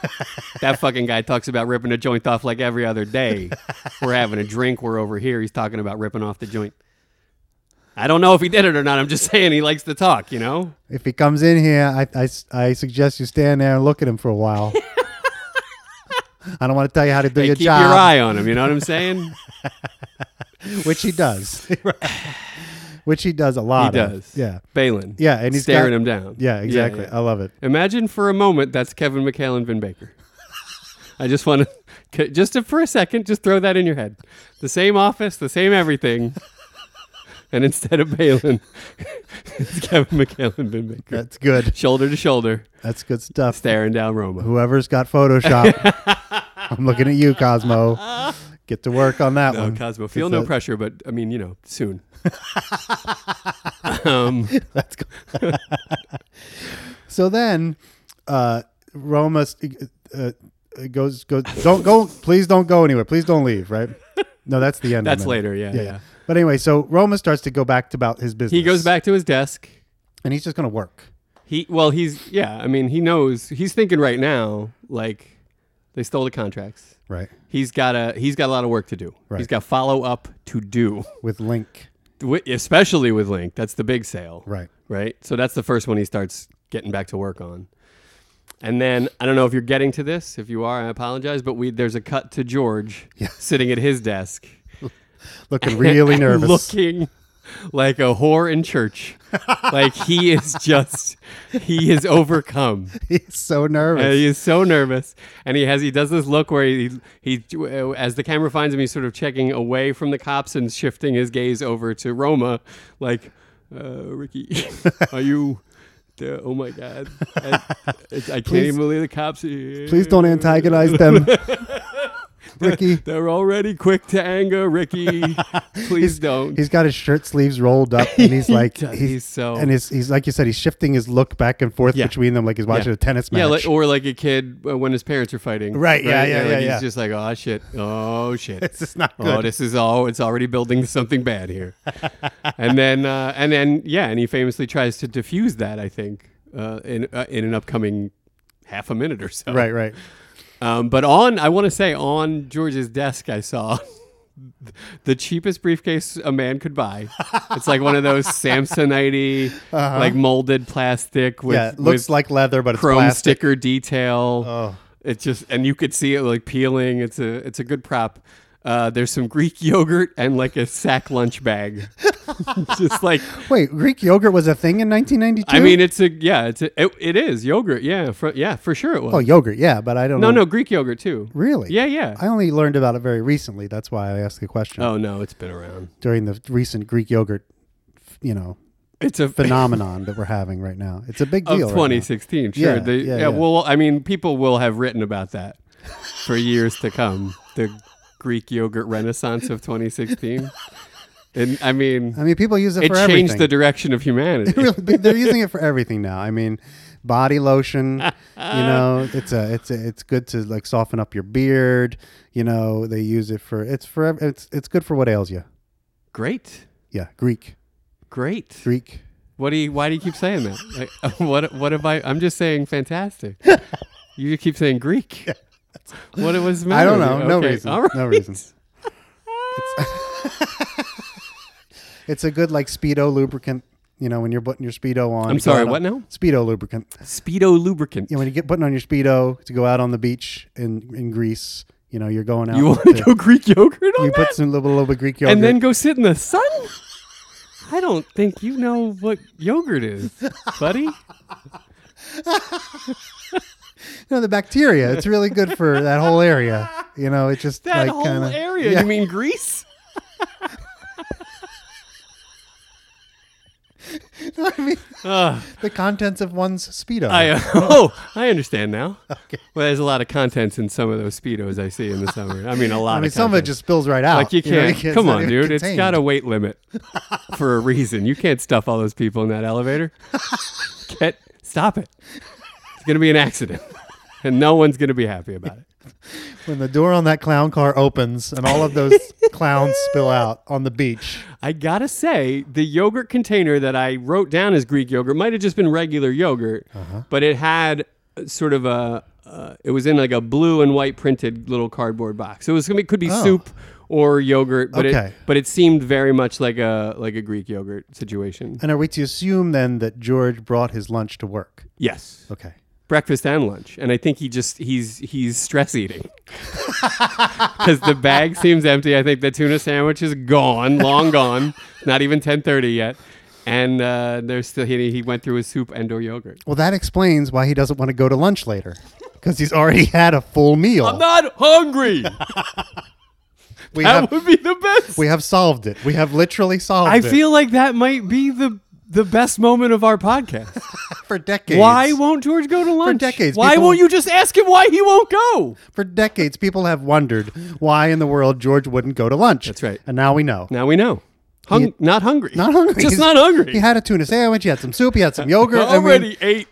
that fucking guy talks about ripping a joint off like every other day. We're having a drink. We're over here. He's talking about ripping off the joint. I don't know if he did it or not. I'm just saying he likes to talk, you know? If he comes in here, I, I, I suggest you stand there and look at him for a while. I don't want to tell you how to do Hey, your keep job, your eye on him. You know what I'm saying? which he does. which he does a lot. he of. does. Yeah. Balin. Yeah, and he's staring got- him down. Yeah, exactly. yeah. I love it. Imagine for a moment that's Kevin McHale and Vin Baker. I just want to, just to- for a second, just throw that in your head. The same office, the same everything. And instead of Balin, it's Kevin McHale and Vin Baker. That's good. shoulder to shoulder, That's good stuff. staring down Roma. Whoever's got Photoshop, I'm looking at you, Cosmo. Get to work on that Oh, one. Cosmo, feel It's no a- pressure, but I mean, you know, soon. That's good. so then, uh, Roma uh, uh, goes goes. Don't go. Please don't go anywhere. Please don't leave. Right. No, that's the end. of That's it. later, yeah, yeah. But anyway, so Roma starts to go back to about his business. He goes back to his desk. and he's just going to work. He, well, he's, yeah, I mean, he knows, he's thinking right now, like, they stole the contracts. Right. he's got a he's got a lot of work to do. He's Right. got follow up to do, With Link. Wi- especially with Link. That's the big sale, Right. Right. So that's the first one he starts getting back to work on. And then I don't know if you're getting to this. If you are, I apologize. But we there's a cut to George sitting at his desk, Looking really nervous. looking like a whore in church. like he is just he is overcome. He's so nervous. And he is so nervous, and he has he does this look where he he uh, as the camera finds him, he's sort of checking away from the cops and shifting his gaze over to Roma, like, uh, Ricky, are you? there? Oh my God! I, it's- I can't even believe the cops are here. Please don't antagonize them. Ricky, They're already quick to anger, Ricky. Please don't. he's got his shirt sleeves rolled up and he's like does. He's so- and he's, he's like you said he's shifting his look back and forth Yeah. between them like he's watching a tennis match. Yeah, like, or like a kid uh, when his parents are fighting. Right, yeah, yeah, yeah, He's yeah. just like, oh shit, oh shit. This is not Oh, good. this is all. It's already building to something bad here. and then, uh, and then, yeah, and he famously tries to diffuse that. I think uh, in uh, in an upcoming half a minute or so. right, right. Um, but on, I want to say on George's desk, I saw the cheapest briefcase a man could buy. It's like one of those Samsonite, like molded plastic with Uh-huh. yeah, it looks with like leather but it's chrome plastic. Oh. sticker detail. It's just and you could see it like peeling. It's a it's a good prop. Uh, there's some Greek yogurt and like a sack lunch bag. just like Wait, Greek yogurt was a thing in 1992? I mean, it's a yeah, it's a, it, it is yogurt. Yeah, for, yeah, for sure it was. oh, yogurt, yeah, but I don't no, know. no Greek yogurt too. Really? Yeah, yeah. I only learned about it very recently. That's why I asked the question oh no, it's been around. during the recent Greek yogurt, you know, It's a phenomenon that we're having right now. It's a big of deal. right now. 2016. sure. Yeah, the, yeah, yeah, yeah. Well, I mean, people will have written about that for years to come. The Greek yogurt renaissance of 2016. And I mean, I mean, people use it, it for changed everything. the direction of humanity. Really, they- they're using it for everything now. I mean, body lotion. you know, it's a it's a, it's good to like soften up your beard. You know, they use it for it's for ev- it's it's good for what ails you. Great. Yeah, Greek, Great. Greek. What do you? Why do you keep saying that? Like, uh, what? What have I? I'm just saying fantastic. You keep saying Greek. What it was? the I matter don't with know. you? No Okay, reason. all right. No reason. It's, it's a good like speedo lubricant. You know, when you're putting your speedo on. I'm to go sorry, out on- what now? Speedo lubricant. Speedo lubricant. You know, when you get putting on your speedo to go out on the beach in in Greece. You know, you're going out. You want to go Greek yogurt on You that? put some little little bit Greek yogurt. and then go sit in the sun? I don't think you know what yogurt is, buddy. No, the bacteria. It's really good for that whole area. You know, it's just That like whole kind of area. You mean Greece? Ah, the contents of one's speedo. I uh, oh, I understand now. Well, there's a lot of contents in some of those speedos I see in the summer. I mean, a lot. I mean, of some of it contents. just spills right out. like you know, can't. it's come not on, even dude. It's contained. got a weight limit for a reason. You can't stuff all those people in that elevator. Get stop it. It's gonna be an accident, and no one's gonna be happy about it. when the door on that clown car opens and all of those clowns spill out on the beach. I gotta say, the yogurt container that I wrote down as Greek yogurt might have just been regular yogurt, but it had uh, sort of a. Uh, it was in like a blue and white printed little cardboard box. So it was gonna be, could be soup or yogurt, but Okay. it but it seemed very much like a like a Greek yogurt situation. And are we to assume then that George brought his lunch to work? Yes, Okay. breakfast and lunch, and I think he just he's he's stress eating because the bag seems empty. I think the tuna sandwich is gone, long gone. Not even ten thirty yet, and uh, there's still he he went through his soup and or yogurt. Well, that explains why he doesn't want to go to lunch later because he's already had a full meal. I'm not hungry. we that have would be the best. we have solved it. We have literally solved I it feel like that might be the the best moment of our podcast. for decades. Why won't George go to lunch? decades, Why people- won't you just ask him why he won't go? For decades, people have wondered why in the world George wouldn't go to lunch. That's right. And now we know. Now we know. Hung- He- not hungry. Not hungry. Just not hungry. He had a tuna sandwich. He had some soup. He had some yogurt. I mean, already ate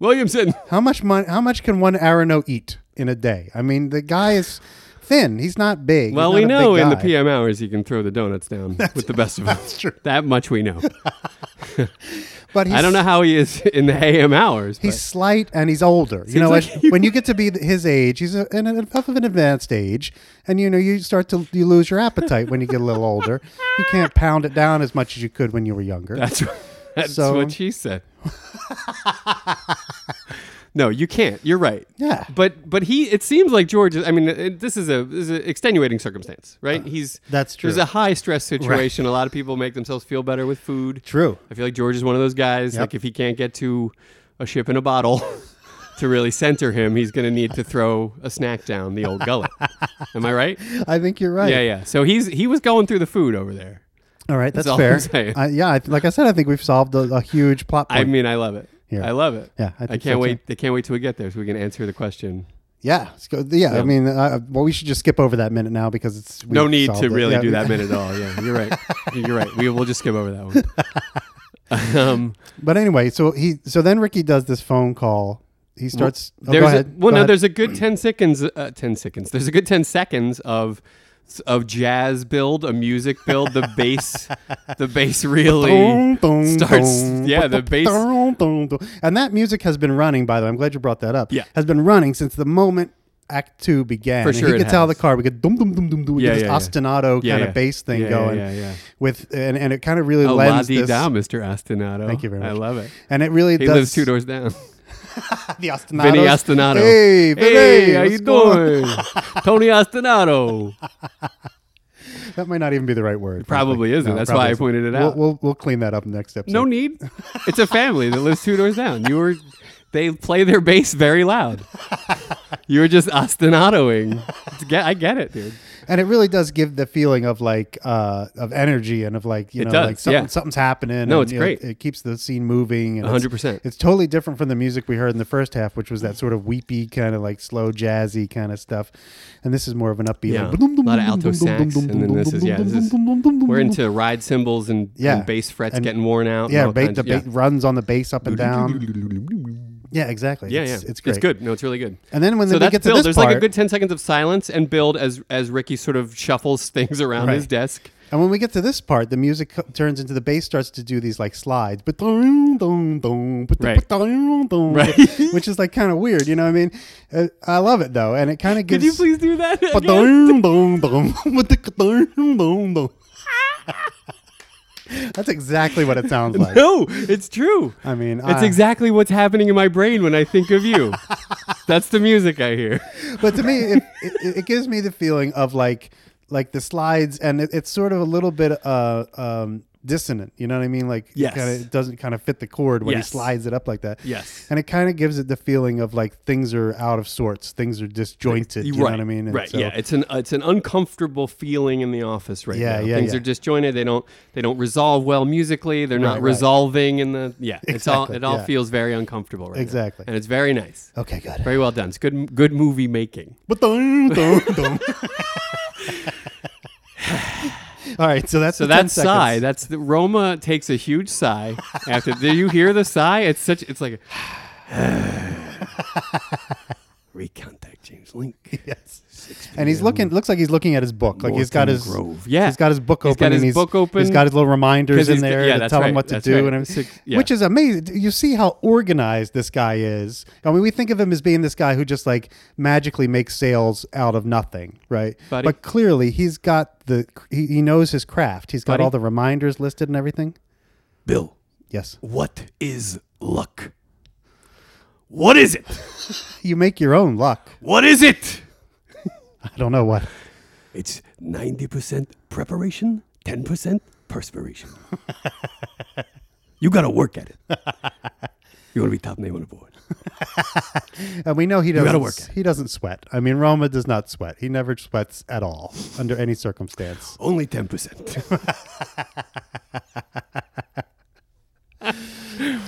Williamson. how much money? How much can one Arano eat in a day? I mean, the guy is thin. He's not big. He's Well, not we a big know in the guy. PM hours you can throw the donuts down with the best of them. That's true. That much we know. But he's, I don't know how he is in the AM hours. He's slight and he's older. You know, like as- you- when you get to be th- his age, he's a, in an, of an advanced age, and you know you start to you lose your appetite when you get a little older. You can't pound it down as much as you could when you were younger. but that's, that's So- what she said. No, you can't. You're right. Yeah. But but he it seems like George is I mean it, this is a this is an extenuating circumstance, right? He's Uh, that's true. There's a high stress situation. A lot of people make themselves feel better with food. True. I feel like George is one of those guys Yep. like if he can't get to a ship in a bottle to really center him, he's going to need to throw a snack down the old gullet. Am I right? I think you're right. Yeah, yeah. So he's he was going through the food over there. All right, that's, That's all fair. I'm saying. I, yeah, I, like I said, I think we've solved a, a huge plot point. I mean, I love it. Yeah. I love it. Yeah, I I, can't think so, wait. too. I can't wait till we get there so we can answer the question. yeah, let's go- yeah, I Yeah. mean, uh, well, we should just skip over that minute now because it's we no need solved to it. really Yeah, do we- that minute at all. Yeah, you're right. You're right. We will just skip over that one. um, But anyway, so he so then Ricky does this phone call. He starts. oh, there's go ahead. A, well, go no, ahead. there's a good ten seconds. Uh, ten seconds. There's a good ten seconds of of jazz build, a music build. The bass, the bass really Boom, boom, starts. boom, yeah, the boom, bass. boom, boom, boom. And that music has been running. By the way, I'm glad you brought that up. Yeah. has been running since the moment Act Two began. For And sure he it gets out of the has. car. We get dum dum dum dum dum. We Yeah, get this yeah, yeah. ostinato Yeah, kind yeah. of bass thing Yeah, yeah, going. yeah, yeah. With and, and it kind of really Oh, la lends di this. da, Mr. Astinato. Thank you very much. I love it. And it really He does. lives two doors down. The ostinato. Vinny Astinato. Hey, Vinny, Hey, how what's you going on? doing? Tony Astinato. That might not even be the right word. Probably frankly. isn't. That's why I pointed it out. We'll, we'll we'll clean that up next episode. No need. It's a family that lives two doors down. You were, they play their bass very loud. You were just ostinatoing. It's Get, I get it, dude. and it really does give the feeling of like uh of energy and of like you It know does, like something, yeah. something's happening No, and, it's you know, great. it, keeps the scene moving and it's- 100%. it's, totally different from the music we heard in the first half which was that sort of weepy kind of like slow jazzy kind of stuff and this is more of an upbeat Yeah, like, a lot of alto sax, and then this is yeah. This is, we're into ride cymbals and, Yeah. and bass frets And- getting worn out. and yeah, all ba- kinds the of- yeah. ba- runs on the bass up and down. Yeah, exactly. Yeah, yeah, it's, It's great. good. No, it's really good. And then when so we that's get to Bill. this There's part, like a good ten seconds of silence and build as as Ricky sort of shuffles things around Right. his desk. And when we get to this part, the music co- turns into the bass starts to do these like slides, but right. Right. which is like kind of weird, you know what I mean? Uh, I love it though, and it kind of Could gives. you please do that? again? That's exactly what it sounds like. No, it's true. I mean, It's I- exactly what's happening in my brain when I think of you. That's the music I hear. but to me, it, it, it gives me the feeling of like like the slides, and it, it's sort of a little bit uh, um, dissonant. You know what I mean? Like, Yes. it, kinda, it doesn't kind of fit the chord when Yes. he slides it up like that. Yes. and it kind of gives it the feeling of like things are out of sorts, things are disjointed. You know what I mean? And right. so- yeah. It's an it's an uncomfortable feeling in the office right Yeah, now. yeah, Things yeah. are disjointed. They don't they don't resolve well musically. They're not Right, right. resolving in the yeah. It's all Exactly, it all yeah. feels very uncomfortable right now. Exactly. And it's very nice. Okay, good. Very well done. It's good good movie making. But dun, dun, dun. All right, so that's So the 10 that sigh, seconds. that's the Roma takes a huge sigh after. do you hear the sigh? It's such. It's like. Recontact James Link. and he's looking. Looks like he's looking at his book. Like he's got his. Grove. Yeah, He's got his book He's open. got and his he's- book open. He's got his little reminders 'Cause in he's got- there yeah, to that's tell him right, what to that's do, right. and everything, Six- yeah. which is amazing. You see how organized this guy is. I mean, we think of him as being this guy who just like magically makes sales out of nothing, right? Buddy. But clearly, he's got the he, he knows his craft. He's got Buddy. all the reminders listed and everything. Bill, Yes, what is luck? What is it? you make your own luck. What is it? I don't know what. It's 90% preparation, 10% perspiration. you got to work at it. You want to be top name on the board. And we know he gotta doesn't. work at He doesn't sweat. I mean, Roma does not sweat. He never sweats at all under any circumstance. Only 10%.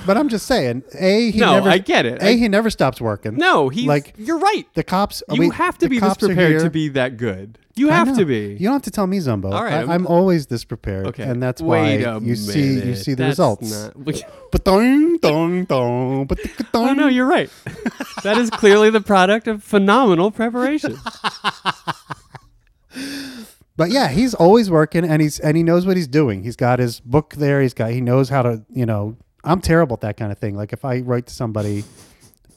But I'm just saying, a he No, never, I get it. A I- he never stops working. No, he's like like you're right. the cops. you we- have to the be this cops are prepared here. to be that good. You I have know. to be. You don't have to tell me, Zumbo. All right, I, I'm- I'm always this prepared, okay, and that's Wait why a you see you minute. see the That's results. Not, Ba-dung, dung, dung, ba-dung, oh no, dung. you're right. that is clearly the product of phenomenal preparation. But yeah, he's always working, and he's and he knows what he's doing. He's got his book there. He's got he knows how to you know. I'm terrible at that kind of thing. Like if I write to somebody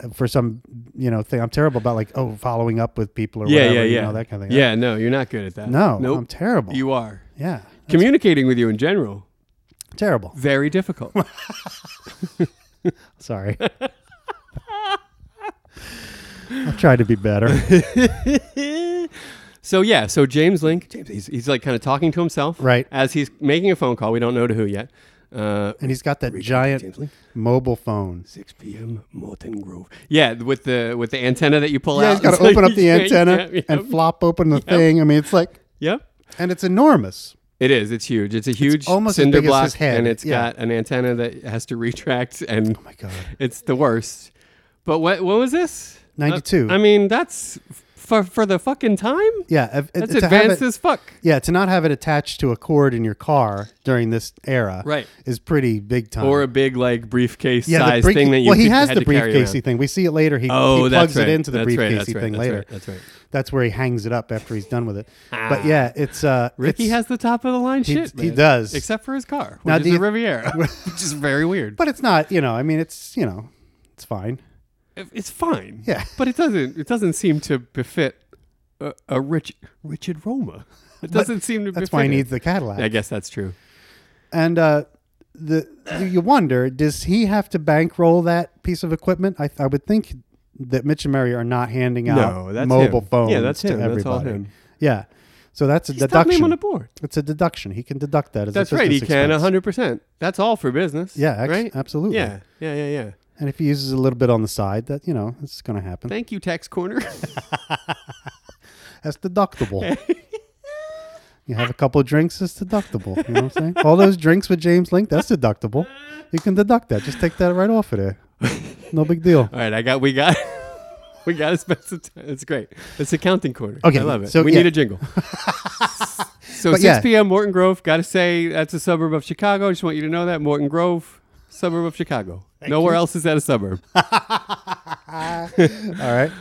uh, for some you know thing, I'm terrible about like oh following up with people or yeah, whatever, yeah, you yeah. know, that kind of thing. Yeah, no, you're not good at that. No, nope. I'm terrible. You are. yeah, Communicating with you in general, terrible. very difficult. Sorry. I tried to be better. so yeah, so James Link, James, he's, he's like kind of talking to himself, Right. As he's making a phone call, we don't know to who yet. Uh, And he's got that giant James Link. mobile phone. 6 p.m. Molten Grove. yeah, with the with the antenna that you pull Yeah, out, he's got It's to open like- up the yeah, antenna yeah, and yeah. flop open the thing. I mean, it's like, Yep. and it's enormous. It is. It's huge. It's a huge almost as cinder big as block, his head. and it's Yeah. got an antenna that has to retract. And Oh my god! it's the worst. But what what was this? Uh, 92. I mean, that's f- for for the fucking time. Yeah, if- if- That's to have advanced it- as fuck. Yeah, to not have it attached to a cord in your car during this era, Right. is pretty big time. Or a big like briefcase Uh, yeah, size brief- thing that you well, he could- has had to the carry around. briefcasey thing. We see it later. He, Oh, he that's plugs right. it into the That's right, briefcasey that's right, thing that's later. right, that's right. Ah. That's where he hangs it up after he's done with it. But yeah, it's uh, Ricky it's- has the top of the line shit. he man. does. except for his car, which Now, is do a you- Riviera, which is very weird. but it's not. You know, I mean, it's you know, it's fine. It- it's fine. Yeah. but it doesn't. It doesn't seem to befit a, a rich Richard Roma. It doesn't seem to. That's befit why he it. needs the Cadillac. I guess that's true. And uh, the you wonder, does he have to bankroll that piece of equipment? I, I would think that Mitch and Mary are not handing out No, that's mobile him. phones Yeah, that's to him. everybody. That's all him. Yeah. So that's a He's top deduction. name on the board. it's a deduction. He can deduct that as That's a right. He business can expense. 100. percent That's all for business. Yeah, ex- right. absolutely. Yeah, yeah, yeah, yeah. And if he uses a little bit on the side, that you know, it's going to happen. Thank you, tax corner. That's deductible. you have a couple of drinks, it's deductible. You know what I'm saying? All those drinks with James Link, that's deductible. You can deduct that. Just take that right off of there. No big deal. all right, I got. We got. We got to spend some time. It's great. It's accounting corner. Okay, I love it. so, we yeah. need a jingle. so But 6 yeah. p.m. Morton Grove. Got to say that's a suburb of Chicago. Just want you to know that Morton Grove, suburb of Chicago. Nowhere else is that a suburb. All right.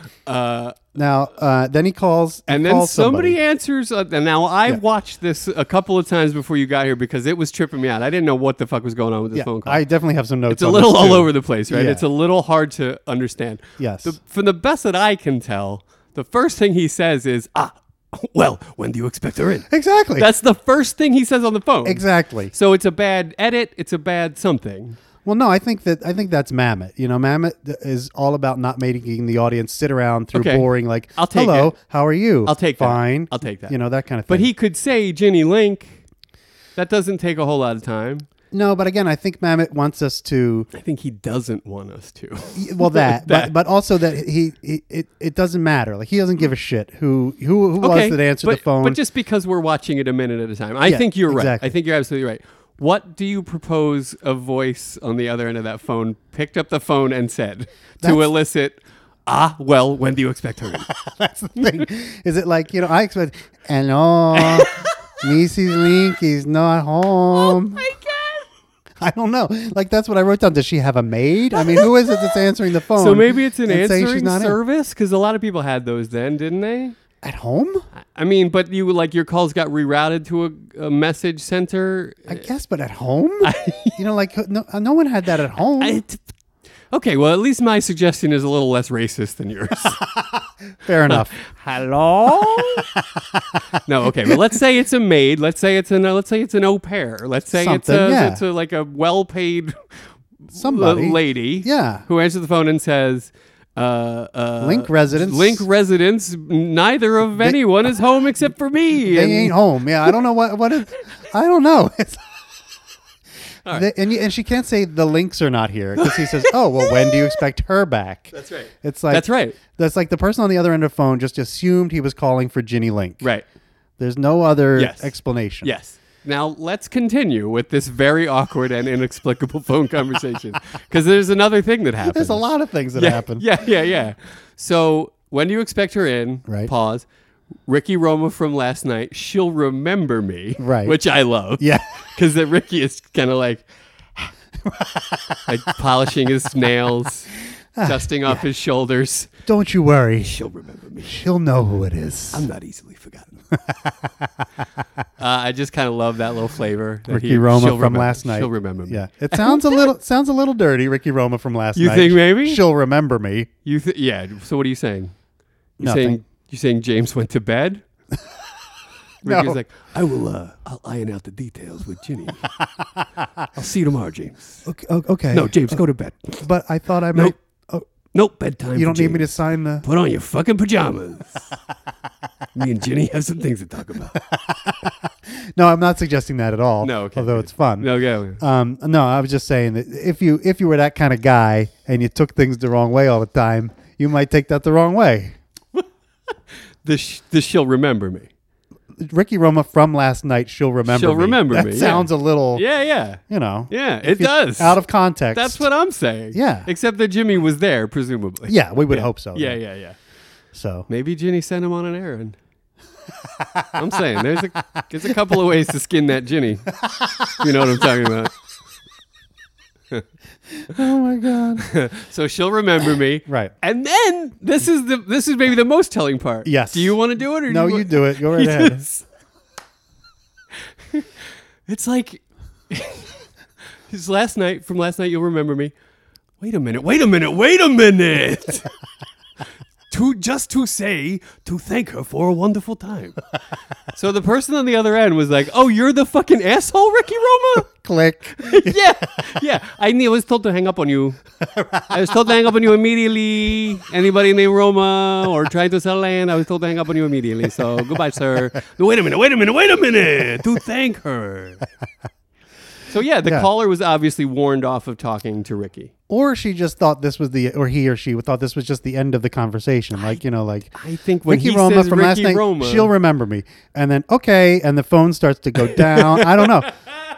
now, uh, then he calls, he And then calls somebody, answers. Uh, and now I watched this a couple of times before you got here because it was tripping me out. I didn't know what the fuck was going on with this Yeah, phone call. I definitely have some notes. it's a on little this, all too. over the place, right? Yeah. It's a little hard to understand. Yes. The, from the best that I can tell, the first thing he says is, "Ah, Well, when do you expect her in? exactly. that's the first thing he says on the phone." exactly. So it's a bad edit. It's a bad something. Well, no, I think that I think that's Mamet. You know, Mamet is all about not making the audience sit around through Okay. boring like, I'll take "Hello, it. how are you?" I'll take that. fine. I'll take that. You know that kind of thing. But he could say Ginny Link. That doesn't take a whole lot of time. no, but again, I think Mamet wants us to I think he doesn't want us to. well that, That. But, but also that he, he it, it doesn't matter. Like he doesn't give a shit who who who was that answered but, the phone. But just because we're watching it a minute at a time, I Yeah, think you're right. I exactly. think you're absolutely right. What do you propose a voice on the other end of that phone picked up the phone and said to That's- elicit? Ah, well, when do you expect her? in?" that's the thing. Is it like you know? I expect hello, Mrs. Link is not home. Oh my god! I don't know. Like that's what I wrote down. Does she have a maid? I mean, who is it that's answering the phone? so maybe it's an and saying she's answering not in? service because a lot of people had those then, didn't they? at home. I mean, but you like your calls got rerouted to a, a message center. I guess, but at home, you know, like no, uh, no one had that at home. I- okay, well, at least my suggestion is a little less racist than yours. Fair enough. Hello. no, okay, but let's say it's a maid. Let's say it's an. uh, Let's say it's an au pair. Let's say it's a, Something, yeah. it's a, like a well-paid l- Somebody, lady. Yeah. Who answers the phone and says, uh, uh, Link residents. Link residence. Neither of anyone is home except for me." they And- ain't home. Yeah, I don't know what what is. I don't know. It's- The- and, you- and she can't say the links are not here because he says, "Oh well, when do you expect her back?" That's right. It's like That's right. That's like the person on the other end of the phone just assumed he was calling for Ginny Link. right. There's no other Yes. explanation. Yes. Now let's continue with this very awkward and inexplicable phone conversation because there's another thing that happens. There's a lot of things that yeah, happen. Yeah, yeah, yeah. So when do you expect her in? Right. Pause. Ricky Roma from last night. She'll remember me. Right. Which I love. Yeah. Because that Ricky is kind of like, like polishing his nails, dusting off his shoulders. Don't you worry. She'll remember me. She'll know who it is. I'm not easily forgotten. Uh, I just kind of love that little flavor. that Ricky he- Roma she'll from remember- last night. She'll remember me. Yeah, it sounds a little sounds a little dirty. Ricky Roma from last You night. think maybe? she'll remember me? You th- yeah. So what are you saying? You Nothing. saying you saying James went to bed? Ricky's like, I will, uh, I'll iron out the details with Ginny. I'll see you tomorrow, James. Oh, Okay. okay. No, James, go to bed. but I thought I might. Nope. Oh, Nope, bedtime. You for don't need me to James. sign the. put on your fucking pajamas. me and Jenny have some things to talk about. No, I'm not suggesting that at all. No, okay, although good. it's fun. No, go. Um, no, I was just saying that if you if you were that kind of guy and you took things the wrong way all the time, you might take that the wrong way. This this she'll remember me. Ricky Roma from last night, she'll remember. She'll me. remember that me, yeah. sounds a little, Yeah, yeah, you know, yeah. if It you- does. out of context. That's what I'm saying. Yeah. Except that Jimmy was there, presumably. yeah, we would hope so. Yeah, yeah, yeah. So Maybe Ginny sent him on an errand. I'm saying there's a there's a couple of ways to skin that Ginny. You know what I'm talking about. oh my god, So she'll remember me. Right. And then this is the this is maybe the most telling part. Yes. Do you want to do it or no, wa- you do it. Go right ahead. Yes. it's like it's last night from last night you'll remember me. Wait a minute, wait a minute, wait a minute. To just to say to thank her for a wonderful time. so the person on the other end was like, "Oh, you're the fucking asshole, Ricky Roma." Click. yeah, yeah. I knew, I was told to hang up on you. I was told to hang up on you immediately. Anybody named Roma or trying to sell land, I was told to hang up on you immediately. So goodbye, sir. No, wait a minute. Wait a minute. Wait a minute. To thank her. So yeah, the Yeah. caller was obviously warned off of talking to Ricky. Or she just thought this was the, or he or she thought this was just the end of the conversation. Like you know, like I think when Ricky he Roma says from Ricky last night, Roma, she'll remember me. And then okay, and the phone starts to go down. I don't know.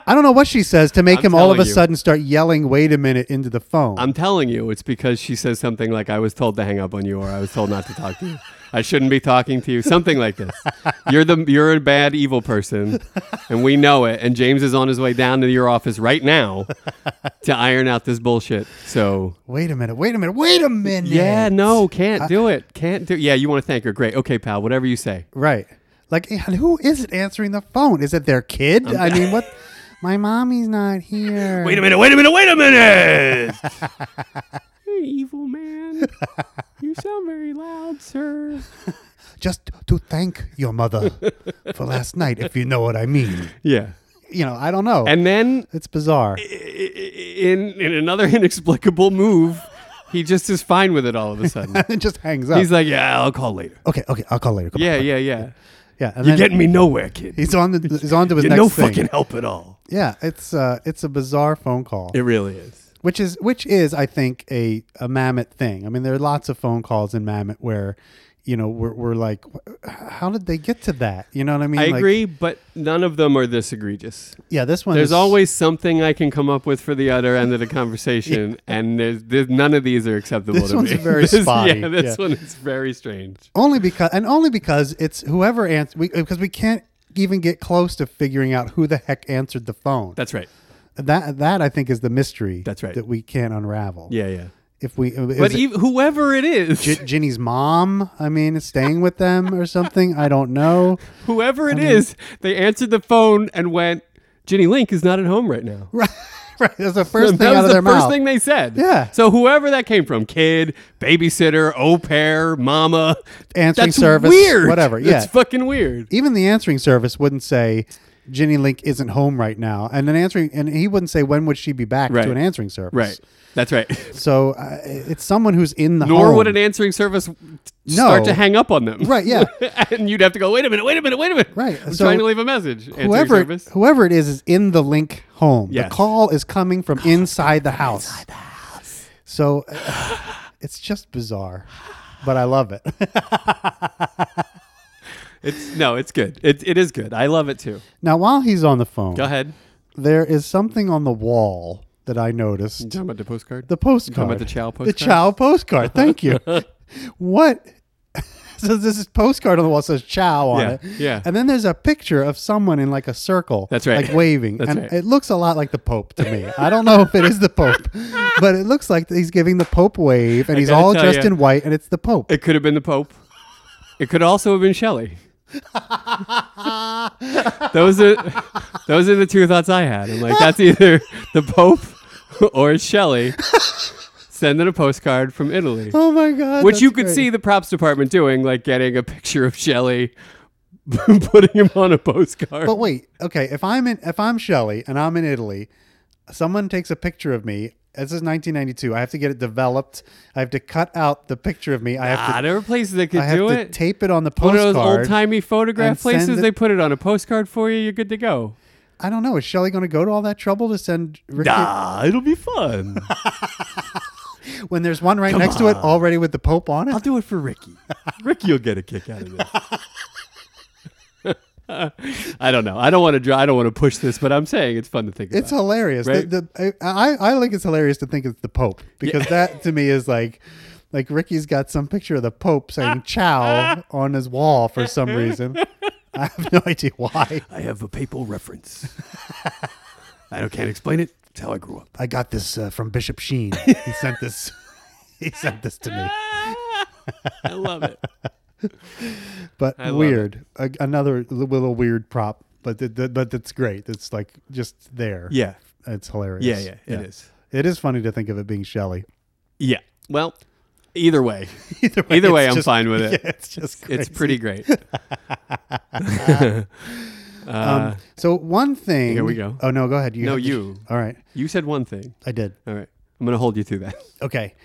I don't know what she says to make I'm him all of a telling you. sudden start yelling, "Wait a minute!" into the phone. I'm telling you, it's because she says something like, "I was told to hang up on you," or "I was told not to talk to you." I shouldn't be talking to you. Something like this. You're the you're a bad evil person, and we know it. And James is on his way down to your office right now to iron out this bullshit. So wait a minute. Wait a minute. Wait a minute. yeah, no, can't do it. Can't do. Yeah, you want to thank her? Great. Okay, pal. Whatever you say. Right. Like, eh, and who is it answering the phone? Is it their kid? I mean, what? My mommy's not here. Wait a minute, wait a minute, wait a minute. You're evil man. you sound very loud, sir. Just to thank your mother for last night, if you know what I mean. Yeah. You know, I don't know. And then it's bizarre. in in another inexplicable move, he just is fine with it all of a sudden. it just hangs up. He's like, yeah, I'll call later. okay, okay, I'll call later. Come on. Yeah, yeah, yeah. yeah. You're And then getting me nowhere, kid. he's on. The, he's on to his You're next no thing. fucking help at all. Yeah, it's uh, it's a bizarre phone call, It really is. which is which is I think a a mammoth thing. I mean, there are lots of phone calls in mammoth where, you know, we're, we're like, "Wh- how did they get to that? You know what I mean? I Like, agree, but none of them are this egregious. Yeah, this one. There's is- always something I can come up with for the other end of the conversation, and there's, there's none of these are acceptable This to one's me. very This- spotty, Yeah, this yeah. one is very strange. only because and only because it's whoever answered because we can't even get close to figuring out who the heck answered the phone. That's right. that that I think is the mystery. That's right. That we can't unravel. Yeah, yeah. If we, is But it ev- whoever it is, J- Ginny's mom, I mean, is staying with them or something. I don't know. whoever it is, they answered the phone and went, "Ginny Link is not at home right now." Right, right. That's the first that thing was out of the their first mouth. thing they said. Yeah. So whoever that came from, kid, babysitter, au pair, mama, Answering that's service, weird. whatever, yeah. it's fucking weird. Even the answering service wouldn't say Jenny Link isn't home right now, and an answering, and he wouldn't say when would she be back Right. to an answering service. Right. That's right. So uh, it's someone who's in the Nor home. would an answering service t- No. start to hang up on them. Right, yeah. and you'd have to go, wait a minute, wait a minute, wait a minute. Right, I'm so trying to leave a message. Answering whoever service. whoever it is is in the Link home. Yes. The call is coming from inside the house. Inside the house. So uh, it's just bizarre, but I love it. It's no, it's good. It, it is good. I love it too. now, while he's on the phone, Go ahead. there is something on the wall that I noticed. talking about the postcard? The postcard. about the Chow The Chow postcard. Thank you. what? So this is postcard on the wall says Chow on Yeah, it. yeah. And then there's a picture of someone in like a circle. That's right. Like waving. That's and right. it looks a lot like the Pope to me. I don't know if it is the Pope, but it looks like he's giving the Pope wave and he's gotta all tell dressed ya. in white and it's the Pope. it could have been the Pope. It could also have been Shelley. those are those are the two thoughts I had. I'm like, that's either the Pope or it's Shelley sending a postcard from Italy, oh my God. which you that's could great. see the props department doing, like getting a picture of Shelley, putting him on a postcard. But wait, okay. If I'm in, if I'm Shelley and I'm in Italy, someone takes a picture of me This is 1992. I have to get it developed. I have to cut out the picture of me. I have Ah, to. there are places that could I have do to it. tape it on the One of postcard. those old timey photograph and send places, it- they put it on a postcard for you. You're good to go. I don't know. Is Shelly going to go to all that trouble to send Ricky Ah, it'll be fun. when there's one right next to it already with the Pope on I'll it? do it for Ricky. Ricky will get a kick out of this. I don't know. I don't want to. Dry, I don't want to push this, but I'm saying it's fun to think It's about. hilarious. Right? The, the, I, I think it's hilarious to think it's the Pope because that to me is like, like Ricky's got some picture of the Pope saying "Chow" on his wall for some reason. I have no idea why. I have a papal reference. I don't, can't explain it. It's how I grew up. I got this uh, from Bishop Sheen. He sent this. he sent this to me. I love it. But I love it. weird. A, another little weird prop, but th- th- but that's great. It's like just there. Yeah. it's hilarious. Yeah, yeah, it is. It is funny to think of it being Shelley. Yeah. Well, either way, Either way, Either way, it's I'm fine with it. Yeah, it's just it's crazy. pretty great. Um, so one thing. here we go. Oh no, go ahead. You No, have to- you. all right, You said one thing. I did. All right. I'm going to hold you to that. Okay.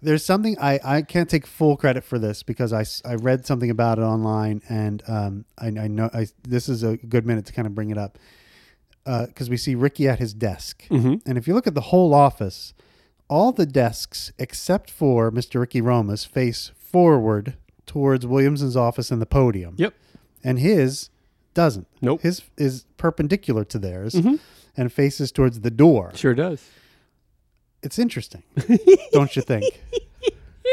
There's something I, I can't take full credit for this because I, s- I read something about it online and um, I, I know I, this is a good minute to kind of bring it up because we see Ricky at his desk. Mm-hmm. And if you look at the whole office, all the desks except for Mr. Ricky Roma's face forward towards Williamson's office and the podium. Yep. And his doesn't. Nope. Mm-hmm. His is perpendicular to theirs and faces towards the door Sure does. it's interesting, don't you think?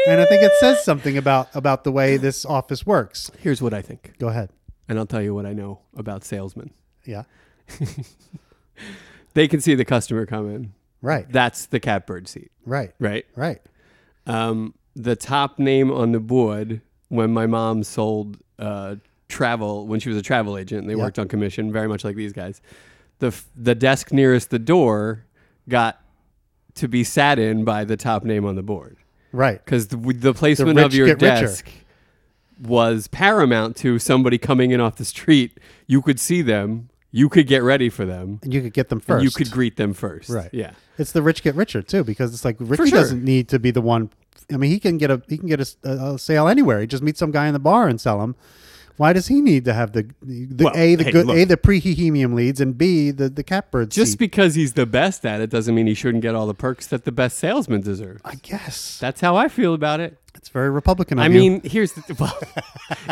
And I think it says something about about the way this office works. Here's what I think, Go ahead. and I'll tell you what I know about salesmen. Yeah. They can see the customer come in. Right. That's the catbird seat, Right. right? Right. Um, the top name on the board when my mom sold uh, travel when she was a travel agent. and They worked on commission, very much like these guys. The f- the desk nearest the door got to be sat in by the top name on the board Right. because the, the placement of rich your get richer. desk was paramount to somebody coming in off the street. You could see them. You could get ready for them. And you could get them and first. You could greet them first. Right. Yeah. It's the rich get richer too, because it's like Ricky sure. doesn't need to be the one. I mean, he can get a he can get a, a- a sale anywhere. He just meets some guy in the bar and sell him. Why does he need to have the the Well, a the hey, good look. a the prehehemium leads and b the the catbird Just seat? because he's the best at it doesn't mean he shouldn't get all the perks that the best salesman deserves. I guess That's how I feel about it. it's very Republican. Of I you. mean, here's the, well,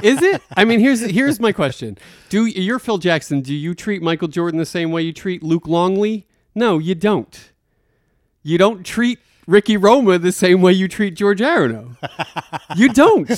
is it? I mean, here's here's my question. Do you're Phil Jackson? Do you treat Michael Jordan the same way you treat Luke Longley? No, you don't. You don't treat Ricky Roma the same way you treat George Arono. You don't.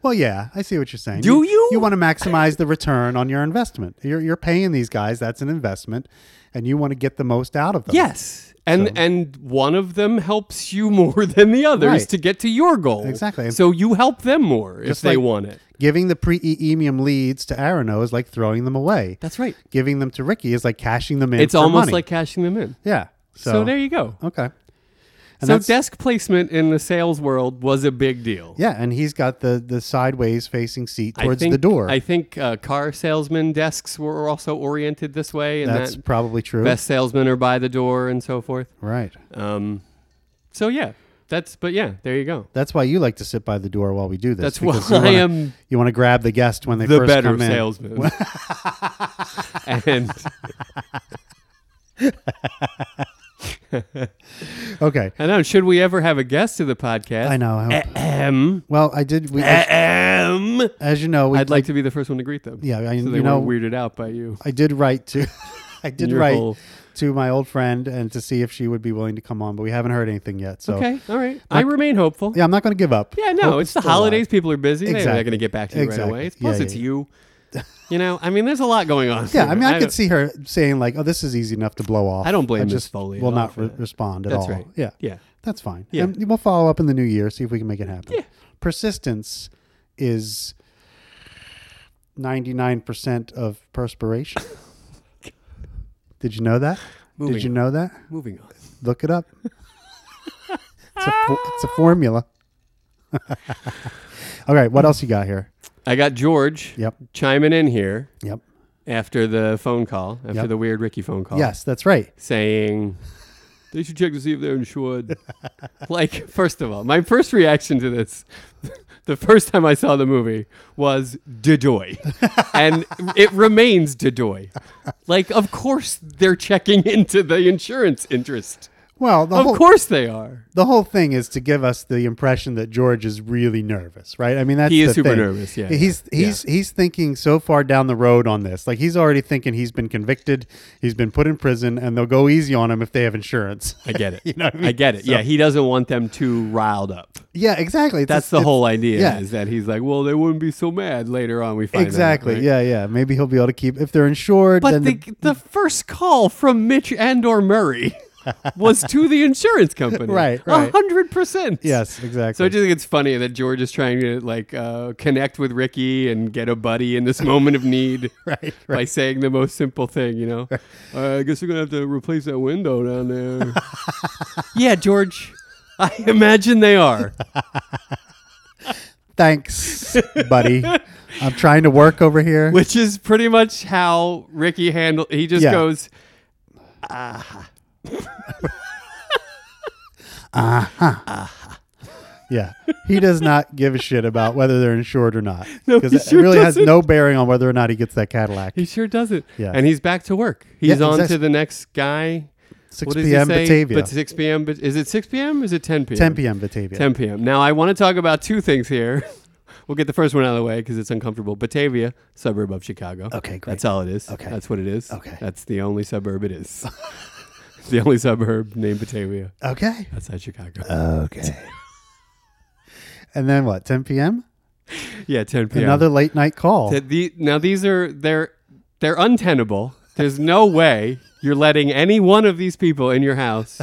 Well, yeah, I see what you're saying. Do you? You want to maximize the return on your investment. You're, you're paying these guys. That's an investment, and you want to get the most out of them. Yes. And and one of them helps you more than the others Right. to get to your goal. Exactly. So you help them more if Just they like- want it. Giving the pre-eemium leads to Arono is like throwing them away. That's right. Giving them to Ricky is like cashing them in. It's for almost money. like cashing them in. yeah. So, So, there you go. okay. And so that's- desk placement in the sales world was a big deal. yeah, and he's got the the sideways facing seat I towards think- the door. I think uh, car salesman desks were also oriented this way, and that's that probably true. best salesmen are by the door and so forth. Right. Um, so yeah, that's but yeah, there you go. That's why you like to sit by the door while we do this. That's why because you wanna- I am You want to grab the guest when they The first better come in. salesman. and Okay. I know. Should we ever have a guest to the podcast? I know. I hope. Ahem. Well, I did. We, Ahem. as you know, we, Eh. I'd like to be the first one to greet them. Yeah, I- so they you know- weren't weirded out by you. I did write to. I did Your write whole- to my old friend and to see if she would be willing to come on, but we haven't heard anything yet. So Okay, all right. I remain hopeful. yeah, I'm not going to give up. Yeah, no, Hope it's the still alive. holidays. People are busy. They're not Exactly. going to get back to you Exactly. right away. It's, Yeah, plus, yeah, it's yeah. you. You know, I mean, there's a lot going on. here. Yeah, I mean, I, could don't- see her saying like, "Oh, this is easy enough to blow off." I don't blame I Miss just Foley at will all not for re- that. respond at That's all. right. Yeah, Yeah. that's fine. Yeah. and we'll follow up in the new year, see if we can make it happen. Yeah. persistence is ninety nine percent of perspiration. did you know that? Moving did you on. know that? Moving on. Look it up. it's, a fo- it's a formula. All right, what else you got here? I got George Yep. chiming in here Yep. after the phone call, after Yep. Oh. the weird Ricky phone call. Yes, that's right. Saying, They should check to see if they're insured. like, first of all, my first reaction to this, the first time I saw the movie, was Dedoy. and it remains Dedoy. Like, of course they're checking into the insurance interest. Well, the Of whole, course they are. the whole thing is to give us the impression that George is really nervous, right? I mean, that's He is the super thing. nervous, yeah, he's he's he's thinking so far down the road on this. Like he's already thinking he's been convicted, he's been put in prison, and they'll go easy on him if they have insurance. I get it. You know what I I, mean? get it. So- yeah, he doesn't want them too riled up. yeah, exactly. It's- That's the it's- whole idea yeah. is that he's like, well, they wouldn't be so mad later on. We find out, Exactly. right? Yeah, yeah. Maybe he'll be able to keep if they're insured. But then the, the- the, first call from Mitch and or Murray was to the insurance company. Right, A right. hundred percent. yes, exactly. So I just think it's funny that George is trying to like uh, connect with Ricky and get a buddy in this moment of need Right, by saying the most simple thing, you know. Uh, I guess we're gonna have to replace that window down there. yeah, George. I imagine they are. Thanks, buddy. I'm trying to work over here. which is pretty much how Ricky handled. He just Yeah. goes, yeah. He does not give a shit about whether they're insured or not. No, he it sure really doesn't. has no bearing on whether or not he gets that Cadillac. he sure does it, Yeah. and he's back to work. He's Yeah, on exact- to the next guy. 6 What does he p.m. say? Batavia. But 6 p.m. But is it 6 p.m. Is it 10 p.m.? 10 p.m. Batavia. 10 p.m. Now I want to talk about two things here. we'll get the first one out of the way because it's uncomfortable. Batavia, suburb of Chicago. Okay, great. That's all it is. Okay. that's what it is. Okay. that's the only suburb it is. It's the only suburb named Batavia Okay. outside Chicago. Uh, Okay. and then what? 10 p.m. yeah, 10 p.m. Another late night call. Th- the- now these are they're they're untenable. There's no way you're letting any one of these people in your house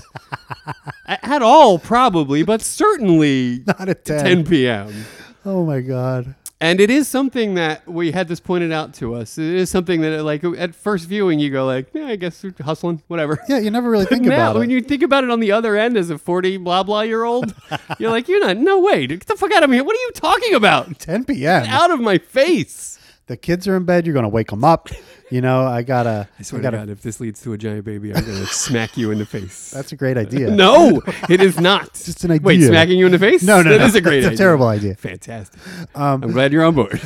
A- at all, probably, but certainly not at 10. 10 p.m. Oh my god. And it is something that we had this pointed out to us. It is something that, like, at first viewing, you go like, "Yeah, I guess we're hustling, whatever." Yeah, you never really think now, about it. when you think about it on the other end as a 40 blah blah year old, you're like, "You're not. No way. dude, Get the fuck out of here. What are you talking about? 10 p.m. Out of my face!" The kids are in bed. You're gonna wake them up. You know, I gotta. I swear to Oh God, if this leads to a giant baby, I'm gonna smack you in the face. That's a great idea. no, it is not. Just an idea. Wait, smacking you in the face? No, no, That no. is a great That's a idea. terrible Um, uh, idea. Fantastic. I'm glad you're on board.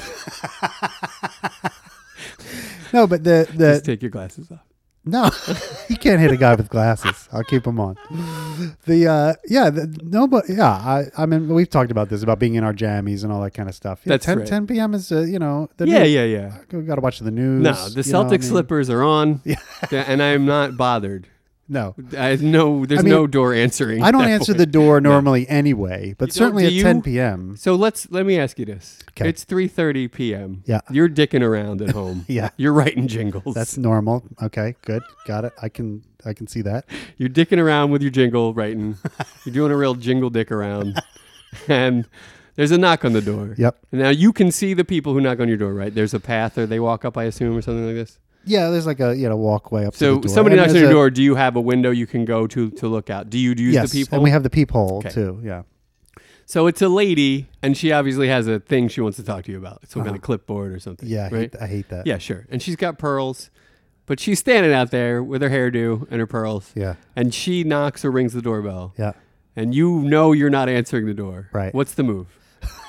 No, but the Just the take your glasses off. no, you can't hit a guy with glasses. I'll keep them on. The uh, yeah, the, no, but yeah, I I mean we've talked about this about being in our jammies and all that kind of stuff. Yeah, That's 10, right. 10 p.m. is uh, you know the Yeah, news. yeah, yeah. We gotta watch the news. No, the you know what I Celtic mean? slippers are on, yeah, and I am not bothered. No, I no, there's I mean, no door answering. I don't at that answer point. the door normally anyway, but don't- certainly do at you? 10 p.m. So let's let me ask you this. 'Kay. It's 3:30 p.m. Yeah. You're dicking around at home. Yeah. You're writing jingles. That's normal. Okay, good, got it. I can I can see that. You're dicking around with your jingle writing. You're doing a real jingle dick around. and there's a knock on the door. Yep. Now you can see the people who knock on your door, right? There's a path or they walk up, I assume, or something like this. Yeah, there's like a you know walkway up. to So the door. somebody And knocks on there's your a- door. Do you have a window you can go to to look out? Do you use Yes, the people? and we have the peephole Okay. too. Yeah. so it's a lady, and she obviously has a thing she wants to talk to you about, some kind of clipboard or something. Uh-huh. Yeah, I, right? hate, I hate that. Yeah, sure. And she's got pearls, but she's standing out there with her hairdo and her pearls. Yeah. And she knocks or rings the doorbell. Yeah. And you know you're not answering the door. Right. What's the move?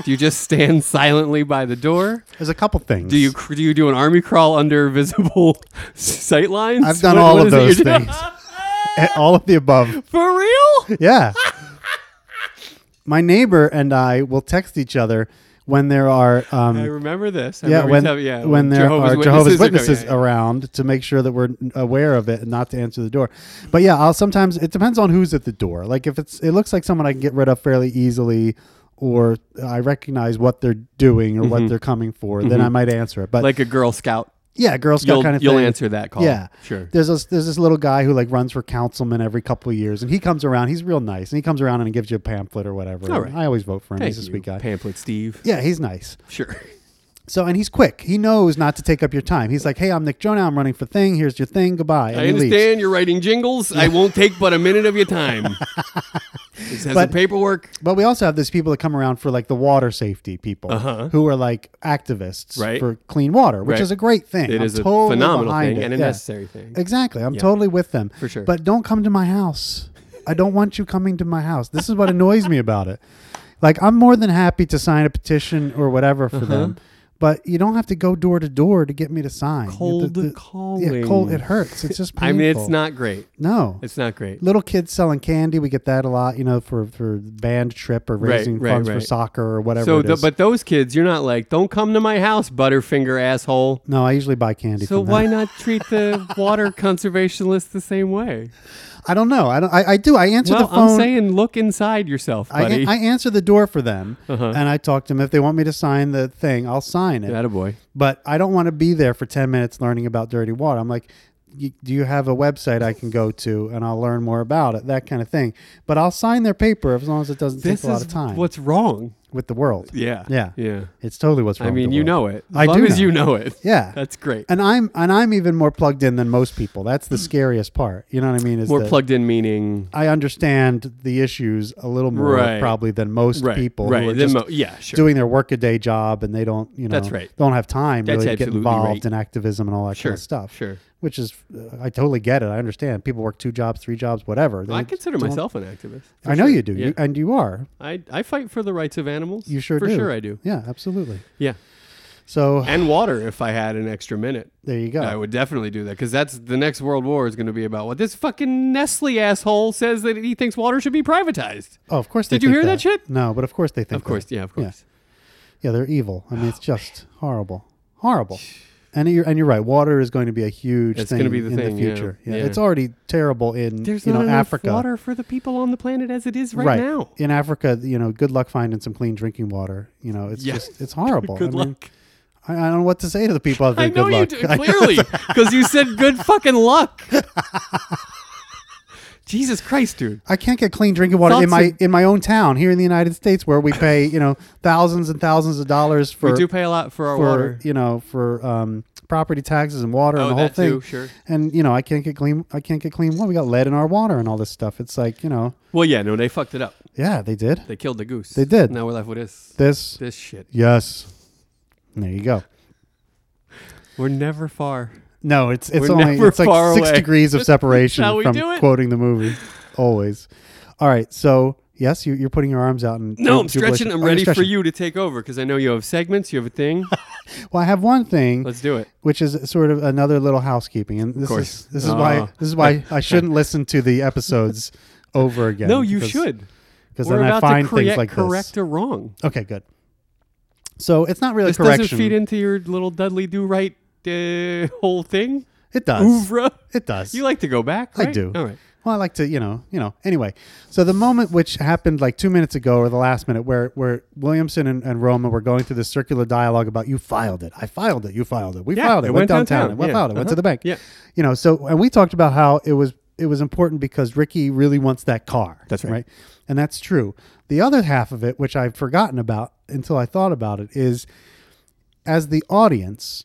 do you just stand silently by the door? There's a couple things. Do you cr- do you do an army crawl under visible sight lines? I've done What- all what of is it you those do? things. Eh, All of the above. For real? Yeah. My neighbor and I will text each other when there are um, I remember this. I yeah, remember you when, tell- yeah, when there are Witnesses Jehovah's would come- Witnesses yeah, yeah. around to make sure that we're aware of it and not to answer the door. But yeah, I'll sometimes it depends on who's at the door. Like if it's it looks like someone I can get rid of fairly easily, or I recognize what they're doing or what they're coming for, then I might answer it. But Mm-hmm. Like a Girl Scout. yeah, Girl Scout You'll, kind of you'll thing. answer that call. Yeah, Sure. There's this there's this little guy who like runs for councilman every couple of years, and he comes around. He's real nice, and he comes around and gives you a pamphlet or whatever. All And right. I always vote for him. Thank he's a you, sweet guy. Pamphlet Steve. yeah, he's nice. Sure. So and he's quick. He knows not to take up your time. He's like, "Hey, I'm Nick Jonah. I'm running for thing. Here's your thing. Goodbye." And I he leaves. understand you're writing jingles. I won't take but a minute of your time. this has But- the paperwork. But we also have these people that come around for like the water safety people who are like activists Uh-huh. Right. for clean water, which Right. is a great thing. It I'm is a totally phenomenal behind thing it. and a Yeah. necessary thing. Exactly. I'm totally with them. For sure. But don't come to my house. I don't want you coming to my house. This is what annoys me about it. Like I'm more than happy to sign a petition or whatever Uh-huh. for them, but you don't have to go door to door to get me to sign. You- Cold Yeah, cold. calling. It hurts. It's just I painful. mean, it's not great. No, It's not great. little kids selling candy. We get that a lot. You know, for for band trip or Right, raising right, funds for right. soccer or whatever. So, it th- is. but those kids, you're not like, don't come to my house, Butterfinger asshole. no, I usually buy candy. So from them. why not treat the water conservationists the same way? I don't know. I don't. I, I do. I answer Well, the phone. I'm saying look inside yourself, I, buddy. Uh-huh. an- I answer the door for them, and I talk to them. If they want me to sign the thing, I'll sign it. Attaboy. but I don't want to be there for 10 minutes learning about dirty water. I'm like, "Y- do you have a website I can go to and I'll learn more about it? That kind of thing. But I'll sign their paper as long as it doesn't This take a lot is of time what's wrong. with the world. Yeah. Yeah. Yeah. It's totally what's I wrong. with mean, the you world. know it. As I long do as know. you know it. Yeah. That's great. And I'm and I'm even more plugged in than most people. That's the scariest part. You know what I mean? Is More that plugged in meaning. I understand the issues a little more Right. probably than most Right. people right. who are the just mo- yeah, sure. doing their workaday job and they don't, you know, That's right. don't have time That's really to get absolutely involved right. in activism and all that sure. kind of stuff. Sure. Which is, uh, I totally get it. I understand. People work two jobs, three jobs, whatever. They I consider don't- myself an activist. for I know sure. you do, Yeah. you, and you are. I, I fight for the rights of animals. You sure for do. sure I do. Yeah, absolutely. Yeah. So And water if I had an extra minute. there you go. I would definitely do that because that's the next World War is going to be about what this fucking Nestle asshole says that he thinks water should be privatized. oh, of course. They Did you think hear that shit? No, but of course they think. Of course, that. yeah, of course. Yeah, they're evil. I mean, it's just horrible, horrible. And you're and you're right. Water is going to be a huge It's thing gonna be the in thing, the yeah. future. Yeah. Yeah. it's already terrible in There's you not know enough Africa. water for the people on the planet as it is right, now. in Africa, you know, good luck finding some clean drinking water. You know, it's Yeah. just it's horrible. Good I mean, luck. I, I don't know what to say to the people. Out there. I know good you luck. do clearly because you said good fucking luck. Jesus Christ, dude. I can't get clean drinking water in Thoughts my of- in my own town here in the United States, where we pay you know thousands and thousands of dollars for we do pay a lot for our for water. you know for um, property taxes and water Oh, and the whole that thing. too, sure. And you know I can't get clean. I can't get clean water. We got lead in our water and all this stuff. It's like you know, Well, yeah, no, they fucked it up. yeah, they did They killed the goose. They did. Now we're left with this. this. This shit. Yes, there you go. We're never far. No, it's it's We're only never it's like far six away. degrees of separation how we from do it. quoting the movie. Always. All right. So yes, you, you're putting your arms out and No, I'm stretching. I'm ready for you to take over because I know you have segments. You have a thing. Well, I have one thing, Let's do it. which is sort of another little housekeeping, and this course. is this is Oh. why this is why I shouldn't listen to the episodes over again. no, you because- should. because We're then I about find to correct, things like correct a wrong. this. Okay, good. So it's not really This correction. doesn't feed into your little Dudley Do Right uh, whole thing. It does. Oeuvre. It does. You like to go back? I right? do. All right. Well, I like to, you know, you know. Anyway, so the moment which happened like two minutes ago, or the last minute, where where Williamson and, and Roma were going through this circular dialogue about you filed it, I filed it, you filed it, we Yeah, filed it, it went, went downtown, downtown, I yeah, Uh-huh. filed it, went to the bank. Yeah. you know. So and we talked about how it was it was important because Ricky really wants that car. That's right. and that's true. The other half of it, which I've forgotten about until I thought about it, is as the audience,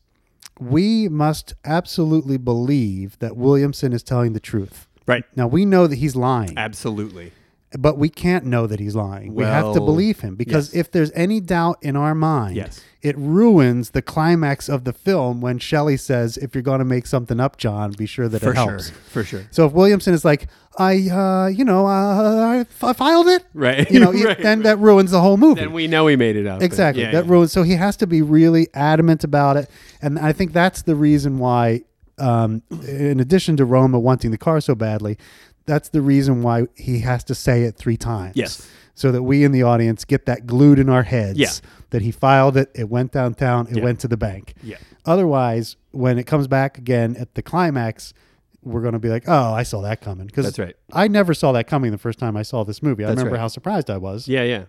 we must absolutely believe that Williamson is telling the truth. Right. Now we know that he's lying, Absolutely. but we can't know that he's lying. we have to Well, believe him because if there's any doubt in our mind, Yes. it ruins the climax of the film when Shelley says, "If you're going to make something up, John, be sure that For it sure. helps." For sure. So if Williamson is like, "I, uh, you know, uh, I f- I filed it," Right. You know, Right, then that ruins the whole movie. Then we know he made it up. Exactly. Yeah, that yeah. ruins. So he has to be really adamant about it, and I think that's the reason why, um, in addition to Roma wanting the car so badly, that's the reason why he has to say it three times. Yes. So that we in the audience get that glued in our heads. Yeah. That he filed it. It went downtown. It Yeah. went to the bank. Yeah. Otherwise, when it comes back again at the climax. We're going to be like, oh, I saw that coming. Because That's right. I never saw that coming the first time I saw this movie. I That's remember right. how surprised I was. Yeah, yeah.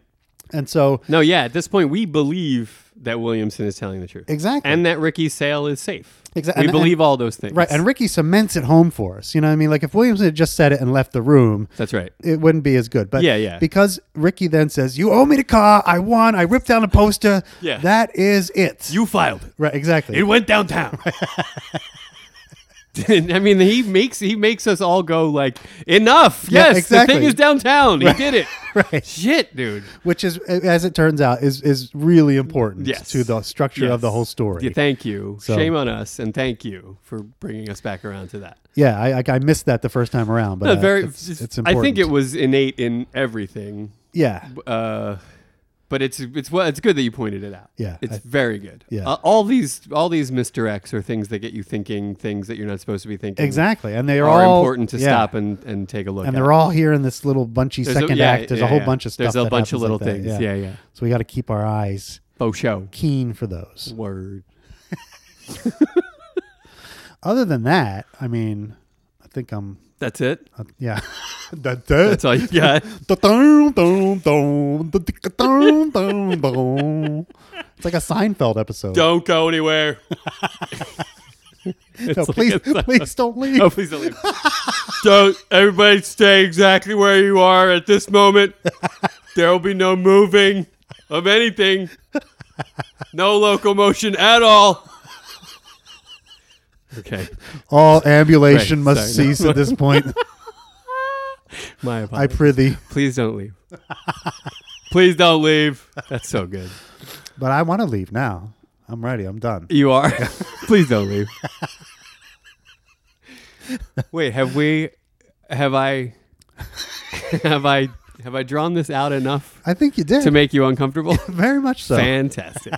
And so, No, yeah. At this point, we believe that Williamson is telling the truth. exactly. And that Ricky's sale is safe. Exa- We and- believe all those things. Right, and Ricky cements it home for us. You know what I mean? Like if Williamson had just said it and left the room, That's right. it wouldn't be as good. But Yeah, yeah. because Ricky then says, "You owe me the car. I won. I ripped down a poster. Yeah. that is it." You filed it. right, exactly. went downtown. I mean, he makes he makes us all go like enough. Yeah, yes, exactly. the thing is downtown. He did it. Right. Shit, dude. Which is, as it turns out, is is really important Yes. to the structure Yes. of the whole story. Yeah, thank you. So- Shame on us, and thank you for bringing us back around to that. yeah, I, I I missed that the first time around, but No, uh, very. it's, I it's important. think it was innate in everything, Yeah, uh, but it's it's well, it's good that you pointed it out. Yeah, it's I- very good. Yeah. Uh, all these all these misdirects are things that get you thinking things that you're not supposed to be thinking. exactly. And they are, Are all important to yeah. stop and, and take a look. And at. they're all here in this little bunchy There's a- second yeah, act. There's yeah, a whole yeah. bunch of stuff. There's a that bunch of happens little like that. things. Yeah, yeah. So we got to keep our eyes faux Oh, show. keen for those. Word. Other than that, I mean, I think I'm. That's it. Uh, yeah. That's That's all you got. It's like a Seinfeld episode. Don't go anywhere. no, please, please don't leave. Oh, please don't leave. don't everybody stay exactly where you are at this moment. There will be no moving of anything. No locomotion at all. Okay. All ambulation Right, must sorry, no. cease at this point. My I apologies. prithee. Please don't leave. Please don't leave. That's so good. But I want to leave now. I'm ready. I'm done. You are. Please don't leave. Wait, have we have I have I have I drawn this out enough I think you did. to make you uncomfortable? Very much so. Fantastic.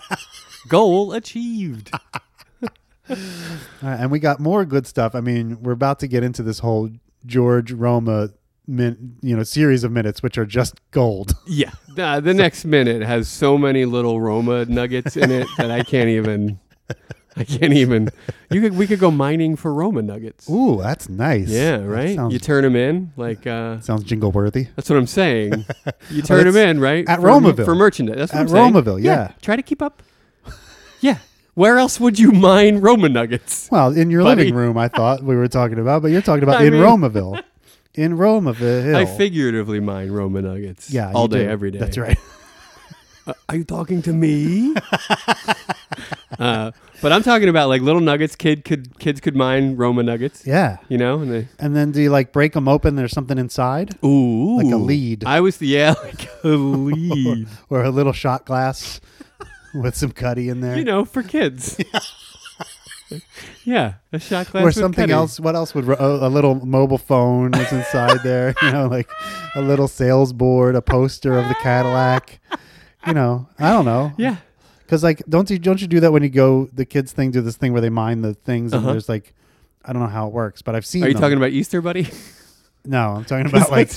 Goal achieved. All right, and we got more good stuff. I mean, we're about to get into this whole George Roma, min, you know, series of minutes, which are just gold. Yeah. Nah, the next minute has so many little Roma nuggets in it that I can't even I can't even you could we could go mining for Roma nuggets. Ooh, that's nice. Yeah, That right? sounds, You turn them in like uh sounds jingle worthy. That's what I'm saying. You turn that's- them in, right? at for, Romaville. For merchandise. That's what At I'm saying. Romaville, yeah. Try to keep up. Yeah. Where else would you mine Roma nuggets? Well, in your Buddy. living room, I thought we were talking about, but you're talking about I in mean- Romaville. In Romaville. I figuratively mine Roma nuggets. Yeah, All you day, do. every day. That's right. Uh, Are you talking to me? uh, but I'm talking about like little nuggets. Kid could kids could mine Roma nuggets. Yeah. You know, and they And then do you like break them open? There's something inside, ooh Like a lead. I was yeah, like a lead. or a little shot glass with some cutty in there, you know, for kids. yeah, a shot glass or with something Cuddy. else. What else would ro- a, a little mobile phone is inside there? You know, like a little sales board, a poster of the Cadillac. You know, I don't know. Yeah. because like don't you don't you do that when you go the kids thing do this thing where they mine the things and there's like I don't know how it works, but I've seen. Uh-huh. Are you them. talking about Easter, buddy? No, I'm talking about like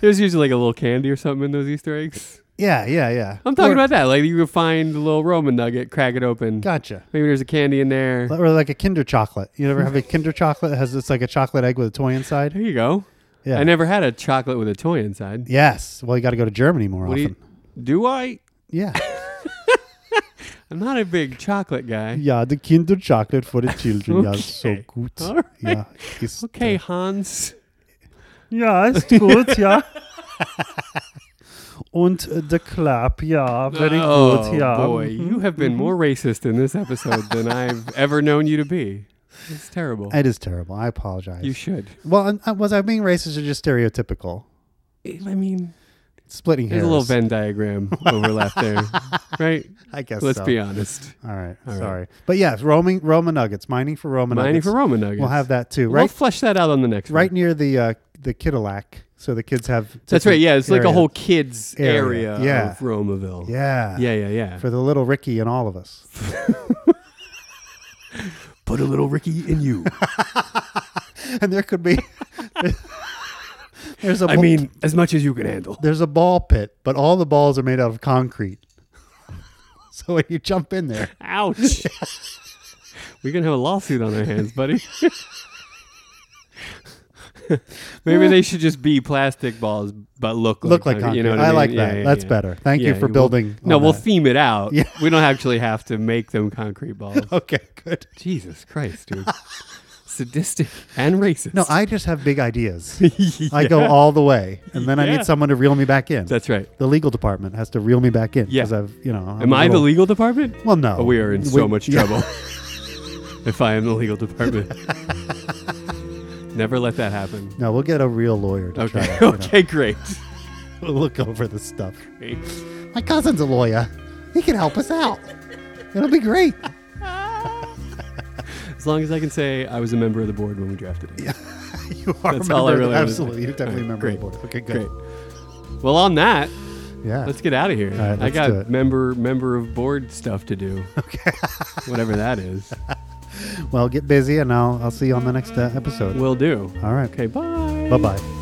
There's usually like a little candy or something in those Easter eggs. yeah, yeah, yeah. I'm talking Or- about that. Like you could find a little Roman nugget, crack it open. Gotcha. Maybe there's a candy in there. Or like a Kinder chocolate. You ever have a Kinder chocolate? It has it's like a chocolate egg with a toy inside. There you go. Yeah. I never had a chocolate with a toy inside. Yes. Well, you got to go to Germany more What do, often. you, do I? Yeah. I'm not a big chocolate guy. yeah, the Kinder chocolate for the children. Yeah, it's so Okay. good. All right. Yeah. it's- Okay, Hans. Ja, ist gut, ja. Und uh, äh, the clap, ja, very oh good, ja. boy, you have been more racist in this episode than I've ever known you to be. It's terrible. It is terrible. I apologize. you should. well, and, uh, was I being racist or just stereotypical? I mean, Splitting there's hairs. a little Venn diagram overlap there, right? I guess. Let's so. be honest. All right. All right. sorry. But yes, roaming Roma nuggets, mining for Roma Mining nuggets. for Roman nuggets. We'll have that too. We'll Right. flesh that out on the next. Right One. near the uh, the Kidillac, so the kids have. That's right. Yeah, it's like a area. whole kids Area, area, yeah. of Romaville. Yeah. Yeah, yeah, yeah. For the little Ricky and all of us. Put a little Ricky in you. And there could be. there's a. I ball- mean, as much as you can handle. there's a ball pit, but all the balls are made out of concrete. so when you jump in there, Ouch. We're gonna have a lawsuit on our hands, buddy. Maybe they should just be plastic balls, but look like uh, look like concrete. You know what I mean? like Yeah, that. yeah, That's yeah. better. Thank Yeah, you for we'll- building. no, on we'll that. theme it out. Yeah. We don't actually have to make them concrete balls. okay, good. Jesus Christ, dude. Sadistic and racist. No, I just have big ideas. I go all the way, and then I Yeah. need someone to reel me back in. That's right. the legal department has to reel me back in Yeah. because I've, you know, I'm Am a I the little- legal department? Well, no, Oh, we are in so We- much yeah. trouble. if I am the legal department, Never let that happen. No, we'll get a real lawyer to try Okay. to you know, okay. Great. look over the stuff. Great. My cousin's a lawyer. He can help us out. It'll be great. As long as I can say I was a member of the board when we drafted it. You are That's all I remembered- really wanted to absolutely. say. You're definitely All right, member of the great. board. Okay, good. Great. Well, on that, Yeah. let's get out of here. right, I let's do got it. member member of board stuff to do. Okay. Whatever that is, well, get busy, and I'll I'll see you on the next uh, episode. will do. All right. Okay. Bye. Bye bye.